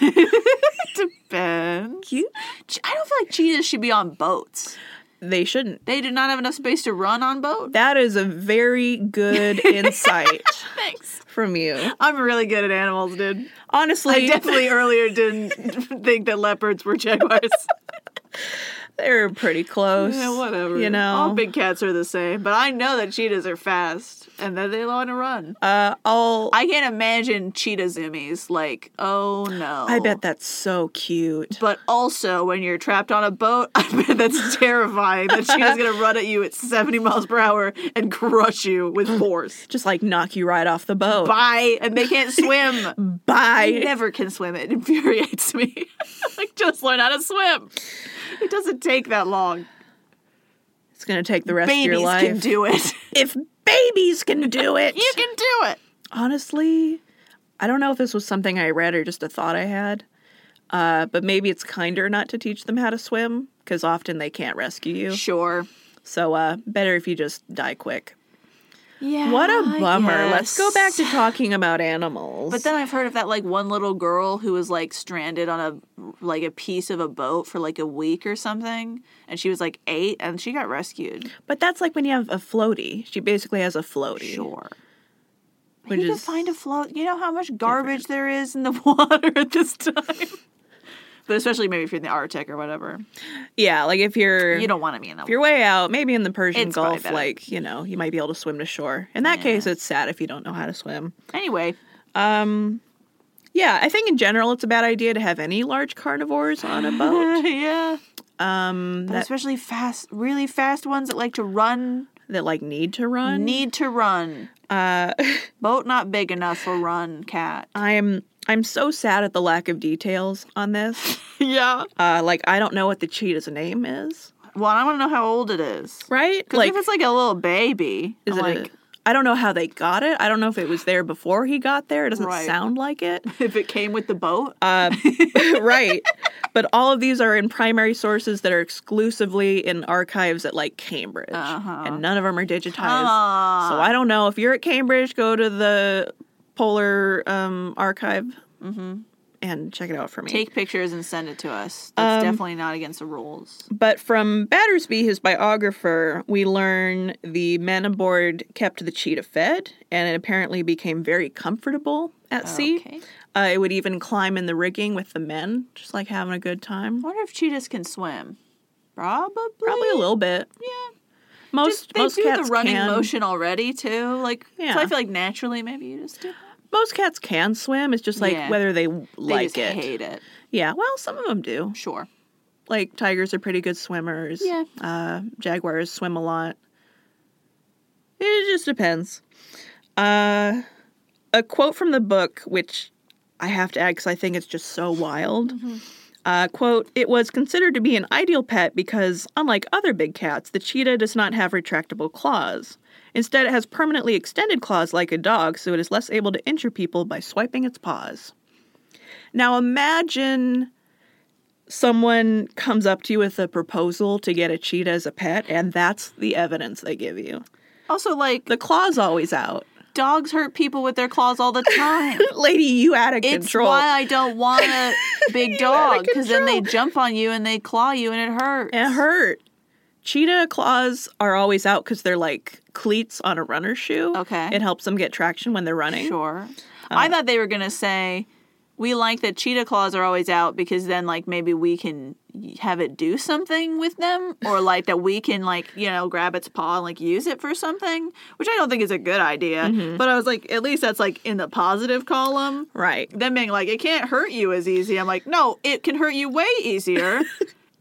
S2: Cute,
S1: Depends.
S2: cute.
S1: Che- I don't feel like cheetahs should be on boats.
S2: They shouldn't.
S1: They do not have enough space to run on boats.
S2: That is a very good insight
S1: Thanks.
S2: from you.
S1: I'm really good at animals, dude.
S2: Honestly,
S1: I definitely earlier didn't think that leopards were jaguars.
S2: they're pretty close.
S1: yeah, whatever.
S2: You know,
S1: all big cats are the same, but I know that cheetahs are fast and that they want to run.
S2: uh, all
S1: I can't imagine cheetah zoomies. Like, oh no.
S2: I bet that's so cute.
S1: But also, when you're trapped on a boat, I bet that's terrifying. That cheetah's gonna run at you at 70 miles per hour and crush you with force.
S2: Just like knock you right off the boat.
S1: Bye, and they can't swim. I
S2: Bye.
S1: never can swim. It infuriates me. like, just learn how to swim. It doesn't take that long.
S2: It's gonna take the rest of
S1: Babies
S2: your life.
S1: can do it.
S2: if babies can do it,
S1: you can do it.
S2: honestly, I don't know if this was something I read or just a thought I had. Uh, but maybe it's kinder not to teach them how to swim because often they can't rescue you.
S1: Sure.
S2: So uh, better if you just die quick.
S1: Yeah.
S2: What
S1: I
S2: a bummer. Let's go back
S1: guess.
S2: to talking about animals.
S1: Ah, But then I've heard of that like one little girl who was like stranded on a like a piece of a boat for like a week or something, and she was like eight, and she got rescued.
S2: but that's like when you have a floaty. She basically has a floaty.
S1: Sure.
S2: Which
S1: you can
S2: is-
S1: find a float. You know how much garbage there is in the water at this time. but especially maybe if you're in the Arctic or whatever,
S2: Yeah, like if you're
S1: you don't want to be in that.
S2: if you're way out, maybe in the Persian
S1: It's probably
S2: Gulf,
S1: better.
S2: like, you know, you might be able to swim to shore. In that case, it's sad if you don't know how to swim.
S1: Anyway,
S2: Yeah, I think in general it's a bad idea to have any large carnivores on a boat
S1: yeah,
S2: um,
S1: but
S2: that,
S1: especially fast, really fast ones that like to run,
S2: that like need to run.
S1: need to run.
S2: Uh,
S1: Boat not big enough for run cat.
S2: I'm I'm so sad at the lack of details on this.
S1: Yeah.
S2: Uh, like I don't know what the cheetah's name is,
S1: Well, I want to know how old it is.
S2: right?
S1: Because
S2: Like
S1: if it's like a little baby,
S2: is
S1: I'm
S2: it?
S1: like,
S2: I I don't know how they got it. I don't know if it was there before he got there. It doesn't
S1: Right.
S2: sound like it.
S1: if it came with the boat?
S2: Uh, right. But all of these are in primary sources that are exclusively in archives at like Cambridge,
S1: Uh-huh.
S2: and none of them are digitized.
S1: Ah.
S2: So I don't know. If you're at Cambridge, go to the Polar um, Archive and check it out for me.
S1: Mm-hmm. Take pictures and send it to us. That's
S2: um,
S1: definitely not against the rules.
S2: But from Battersby, his biographer, we learn the men aboard kept the cheetah fed, and it apparently became very comfortable at sea.
S1: Okay.
S2: Uh, it would even climb in the rigging with the men, just like having a good time.
S1: I wonder if cheetas can swim. Probably.
S2: Probably a little bit.
S1: Yeah.
S2: Most
S1: Just, they
S2: most
S1: do
S2: cats
S1: the running
S2: can.
S1: motion already too. Like, so
S2: Yeah.
S1: I feel like naturally maybe you just do. that.
S2: Most cats can swim. It's just like
S1: Yeah.
S2: whether they
S1: They
S2: like
S1: just
S2: it.
S1: hate it.
S2: Yeah. Well, some of them do.
S1: Sure.
S2: Like tigers are pretty good swimmers.
S1: Yeah.
S2: Uh, jaguars swim a lot. It just depends. Uh, a quote from the book, which I have to add because I think it's just so wild. Uh, quote, it was considered to be an ideal pet because, unlike other big cats, the cheetah does not have retractable claws. Instead, it has permanently extended claws like a dog, so it is less able to injure people by swiping its paws. Now, imagine someone comes up to you with a proposal to get a cheetah as a pet, and that's the evidence they give you.
S1: Also, like
S2: The claw's always out.
S1: dogs hurt people with their claws all the time.
S2: Lady, you out of
S1: It's
S2: control.
S1: why I don't want a big
S2: out
S1: dog
S2: of
S1: because then they
S2: control.
S1: jump on you and they claw you and it hurts.
S2: It hurt. Cheetah claws are always out because they're like cleats on a runner shoe.
S1: Okay.
S2: It helps them get traction when they're running.
S1: Sure.
S2: Uh.
S1: I thought they were gonna say we like that cheetah claws are always out because then like maybe we can have it do something with them or like that we can like you know grab its paw and like use it for something which i don't think is a good idea
S2: Mm-hmm.
S1: but i was like at least that's like in the positive column
S2: Right.
S1: them being like it can't hurt you as easy i'm like no it can hurt you way easier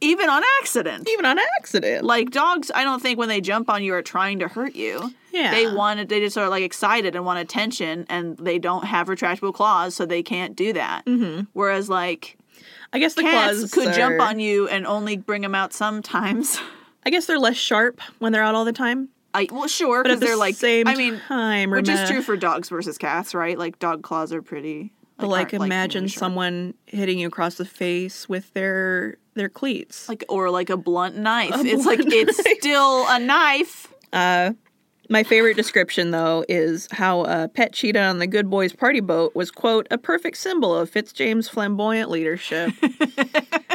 S1: even on accident
S2: Even on accident.
S1: like dogs i don't think when they jump on you are trying to hurt you
S2: Yeah.
S1: they want it they just are like excited and want attention and they don't have retractable claws so they can't do that mm-hmm. whereas like
S2: I guess the
S1: cats
S2: claws
S1: could jump
S2: are-
S1: on you and only bring them out sometimes
S2: I guess they're less sharp when they're out all the time.
S1: I, well sure
S2: But
S1: because
S2: at the
S1: they're like
S2: same
S1: i mean
S2: time,
S1: which is
S2: Ramona,
S1: true for dogs versus cats right like dog claws are pretty
S2: But like,
S1: aren't,
S2: imagine
S1: really sharp.
S2: someone hitting you across the face with their their cleats.
S1: like or like a blunt knife it's
S2: blunt
S1: like it's still a knife
S2: My favorite description, though, is how a pet cheetah on the Good Boys party boat was, quote, a perfect symbol of Fitzjames' flamboyant leadership.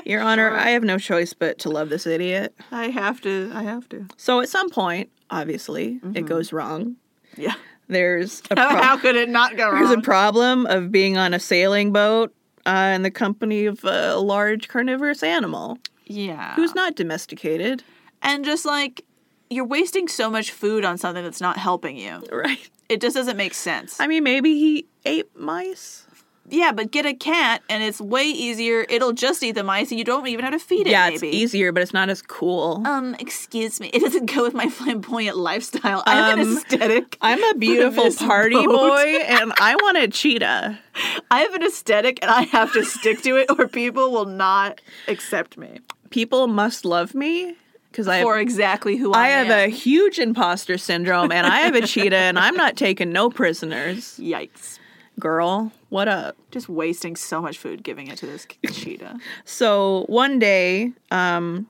S2: Your Honor, I have no choice but to love this idiot.
S1: i have to i have to
S2: So at some point, obviously, it goes wrong.
S1: yeah
S2: There's a,
S1: how,
S2: pro-
S1: how could it not go
S2: there's a
S1: wrong
S2: problem of being on a sailing boat uh, in the company of a large carnivorous animal
S1: yeah
S2: who's not domesticated.
S1: and just like you're wasting so much food on something that's not helping you.
S2: Right.
S1: It just doesn't make sense.
S2: I mean, maybe he ate mice.
S1: yeah, but get a cat and it's way easier. It'll just eat the mice and you don't even have to feed it
S2: Yeah,
S1: maybe.
S2: it's easier, but it's not as cool.
S1: Um, excuse me. It doesn't go with my flamboyant lifestyle. I'm an
S2: Um,
S1: aesthetic.
S2: I'm a beautiful
S1: this
S2: party
S1: boat.
S2: boy and I want a cheetah.
S1: I have an aesthetic and I have to stick to it or people will not accept me
S2: People must love me because I
S1: for exactly who I,
S2: I have a
S1: am.
S2: huge imposter syndrome and I have a cheetah and I'm not taking no prisoners.
S1: Yikes.
S2: Girl, what up?
S1: Just wasting so much food giving it to this cheetah.
S2: So one day, um,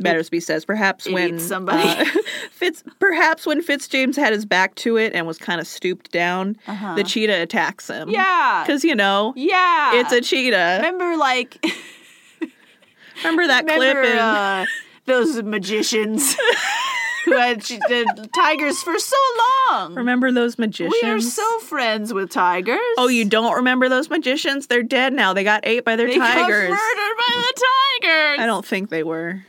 S2: Battersby says, perhaps
S1: It
S2: when uh,
S1: eats somebody.
S2: Fitz, perhaps when Fitzjames had his back to it and was kind of stooped down,
S1: Uh-huh.
S2: the cheetah attacks him.
S1: Yeah.
S2: because you know
S1: Yeah.
S2: it's a cheetah.
S1: Remember like
S2: Remember that clip?
S1: remember
S2: in-
S1: uh, those magicians who had ch- the tigers for so long.
S2: remember those magicians?
S1: we are so friends with tigers.
S2: Oh, you don't remember those magicians? They're dead now. They got ate by their
S1: they
S2: tigers.
S1: got murdered by the tigers.
S2: I don't think they were,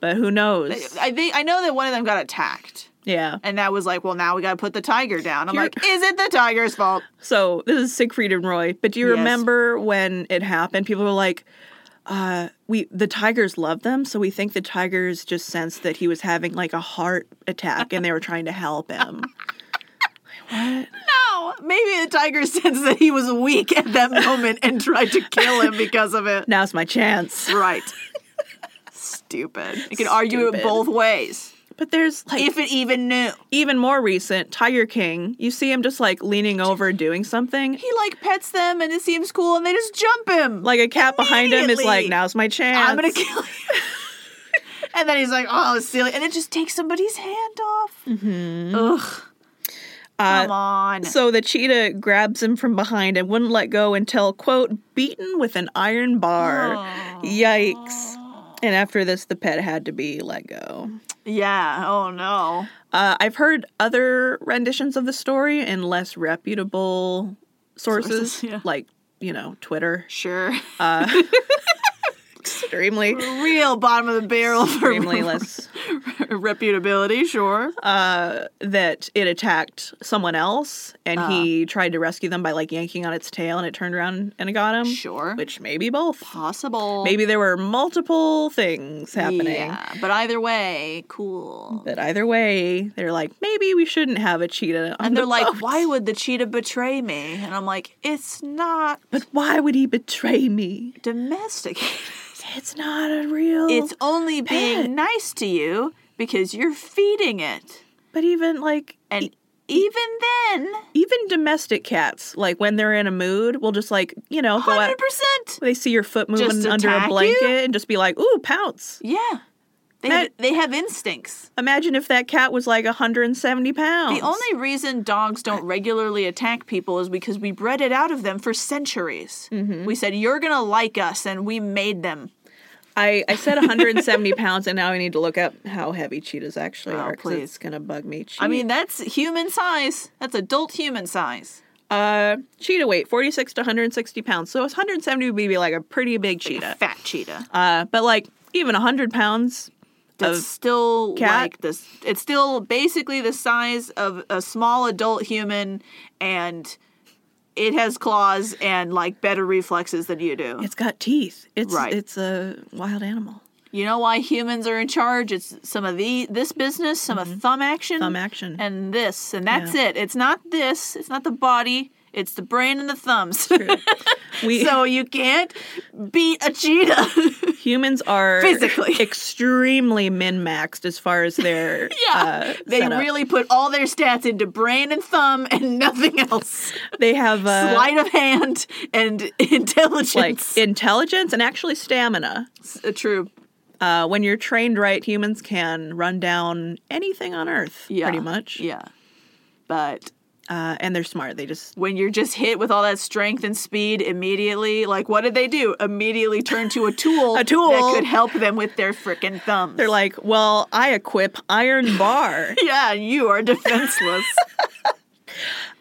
S2: but who knows?
S1: I think I know that one of them got attacked,
S2: yeah.
S1: and that was like, well, now we got to put the tiger down. I'm
S2: Here-
S1: like, is it the tiger's fault?
S2: So this is Siegfried and Roy. But do you
S1: Yes.
S2: remember when it happened? People were like, uh, "We the tigers love them, so we think the tigers just sensed that he was having like a heart attack, and they were trying to help him." Like, what?
S1: No, maybe the tiger sensed that he was weak at that moment and tried to kill him because of it.
S2: Now's my chance.
S1: Right. Stupid. You can argue it
S2: Stupid.
S1: both ways.
S2: But there's like
S1: If it even knew.
S2: even more recent Tiger King. You see him just like leaning over doing something.
S1: he like pets them and it seems cool and they just jump him.
S2: Like a cat behind him is like,
S1: Immediately.
S2: "Now's my chance."
S1: I'm gonna kill you. and then he's like, oh, it's silly. And it just takes somebody's hand off. Ugh. Come on.
S2: Mm-hmm. Uh, So the cheetah grabs him from behind and wouldn't let go until, quote, beaten with an iron bar. Yikes. And after this, the pet had to be let go.
S1: yeah. Oh no.
S2: Uh, I've heard other renditions of the story in less reputable sources,
S1: Sources, yeah.
S2: like, you know, Twitter.
S1: Sure.
S2: Uh, Extremely,
S1: Real bottom of the barrel for
S2: extremely less.
S1: reputability. Sure.
S2: Uh, that it attacked someone else and
S1: Ah.
S2: he tried to rescue them by, like, yanking on its tail and it turned around and it got him.
S1: Sure.
S2: Which may be both.
S1: Possible.
S2: Maybe there were multiple things happening.
S1: Yeah. But either way, cool.
S2: But either way, they're like, maybe we shouldn't have a cheetah. On
S1: And they're
S2: the
S1: like,
S2: boat."
S1: why would the cheetah betray me? And I'm like, it's not
S2: But why would he betray me?
S1: domesticated.
S2: It's not a real.
S1: It's only
S2: Pet.
S1: being nice to you because you're feeding it.
S2: but even like
S1: And even then,
S2: even domestic cats, like when they're in a mood, will just like you know go out.
S1: 100%.
S2: They see your foot moving
S1: Just
S2: under a
S1: attack
S2: blanket
S1: you?
S2: and just be like, ooh, pounce.
S1: Yeah. They,
S2: That-
S1: have, they have instincts.
S2: Imagine if that cat was like 170 pounds.
S1: The only reason dogs don't regularly attack people is because we bred it out of them for centuries.
S2: Mm-hmm.
S1: We said, You're going to like us, and we made them.
S2: I, I said 170 pounds, and now I need to look up how heavy cheetahs actually
S1: Oh,
S2: are. 'cause
S1: please.
S2: It's going to bug me.
S1: I mean, that's human size. That's adult human size.
S2: Uh, cheetah weight, 46 to 160 pounds. So 170 would be like a pretty big cheetah.
S1: Fat cheetah.
S2: Uh, but like even 100 pounds
S1: That's still
S2: cat?
S1: like this. It's still basically the size of a small adult human, and it has claws and like better reflexes than you do.
S2: It's got teeth. It's
S1: Right.
S2: it's a wild animal.
S1: You know why humans are in charge? It's some of the this business, some of thumb action,
S2: Mm-hmm. Thumb action.
S1: and this, and that's it. It's not this. It's not the body. It's the brain and the thumbs.
S2: We
S1: so you can't beat a cheetah.
S2: humans are
S1: Physically.
S2: extremely min maxed as far as their
S1: yeah,
S2: uh,
S1: they
S2: setup.
S1: really put all their stats into brain and thumb and nothing else.
S2: they have uh,
S1: Sleight of hand and intelligence.
S2: like intelligence and actually stamina.
S1: Uh, true.
S2: Uh, when you're trained right, humans can run down anything on Earth
S1: Yeah.
S2: pretty much.
S1: Yeah. But
S2: Uh, and they're smart. They just
S1: when you're just hit with all that strength and speed immediately, like what did they do? Immediately turn to a tool,
S2: A tool.
S1: that could help them with their frickin' thumbs.
S2: they're like, well, I equip iron bar.
S1: yeah, you are defenseless.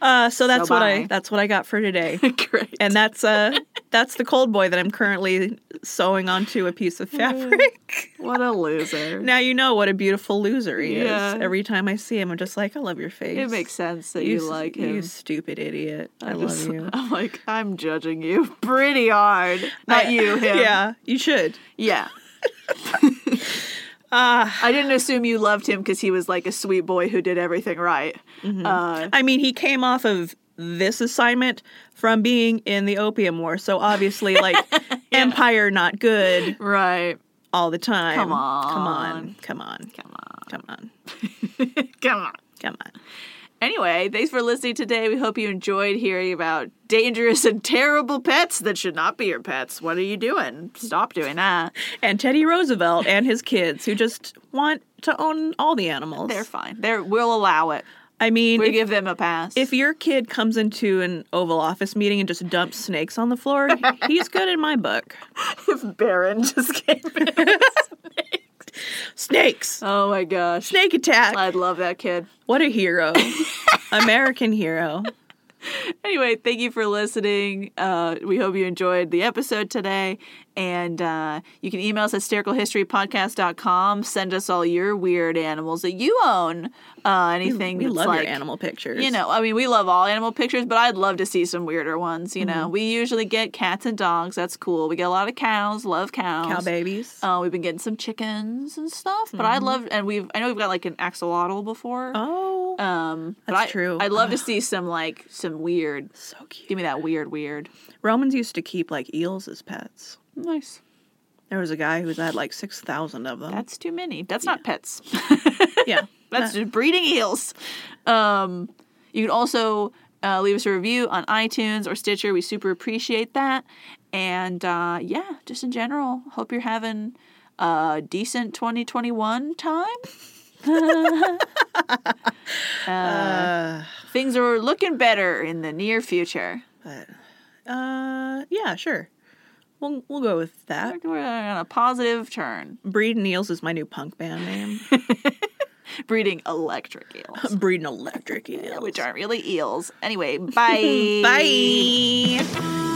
S2: Uh, so that's
S1: So
S2: what I
S1: bye.
S2: that's what I got for today.
S1: Great.
S2: And that's uh that's the cold boy that I'm currently sewing onto a piece of fabric.
S1: what a loser.
S2: now you know what a beautiful loser he
S1: Yeah.
S2: is. Every time I see him, I'm just like, I love your face.
S1: it makes sense that you,
S2: s-
S1: like
S2: You
S1: him.
S2: stupid idiot. I,
S1: I'm
S2: love
S1: just-
S2: you.
S1: I'm like, I'm judging you pretty hard. Not
S2: I-
S1: you, him.
S2: Yeah, you should.
S1: Yeah.
S2: Ah.
S1: I didn't assume you loved him because he was like a sweet boy who did everything right.
S2: Mm-hmm.
S1: Uh,
S2: I mean, he came off of this assignment from being in the opium war, so obviously, like, empire not good
S1: right.
S2: all the time.
S1: Come
S2: come
S1: on.
S2: on, come on,
S1: Come on.
S2: come on,
S1: Come on.
S2: come on.
S1: Anyway, thanks for listening today. We hope you enjoyed hearing about dangerous and terrible pets that should not be your pets. What are you doing? Stop doing that.
S2: and Teddy Roosevelt and his kids who just want to own all the animals.
S1: They're fine. They're, we'll allow it.
S2: I mean,
S1: We
S2: if,
S1: give them a pass.
S2: if your kid comes into an Oval Office meeting and just dumps snakes on the floor, he's good in my book.
S1: if Baron just came in.
S2: Snakes!
S1: Oh my gosh.
S2: Snake attack!
S1: I'd love that kid.
S2: What a hero. American hero.
S1: anyway, thank you for listening. Uh, we hope you enjoyed the episode today. And uh, you can email us at hystericalhistorypodcast.com. Send us all your weird animals that you own. Uh, anything
S2: We
S1: that's
S2: love
S1: like,
S2: your animal pictures.
S1: you know, I mean, we love all animal pictures, but I'd love to see some weirder ones. You
S2: Mm-hmm.
S1: know, we usually get cats and dogs. That's cool. We get a lot of cows. Love cows.
S2: cow babies. Mm-hmm.
S1: Uh, we've been getting some chickens and stuff, but I'd love, and we've, I know we've got like an axolotl before.
S2: oh,
S1: um, but
S2: that's
S1: I-
S2: true.
S1: I'd love to see some like some weird
S2: so cute.
S1: Give me that weird, weird.
S2: Romans used to keep like eels as pets.
S1: Nice.
S2: There was a guy who's had like 6,000 of them.
S1: That's too many. That's not pets.
S2: yeah.
S1: That's just breeding eels. Um, you can also uh, leave us a review on iTunes or Stitcher. We super appreciate that. And uh, yeah, just in general, hope you're having a decent 2021 time. uh,
S2: Uh,
S1: things are looking better in the near future.
S2: But uh, yeah, sure. We'll we'll go with that.
S1: We're on a positive turn.
S2: Breed and Eels is my new punk band name.
S1: Breeding electric eels,
S2: Breed and Electric Eels.
S1: which aren't really eels. Anyway, bye.
S2: Bye.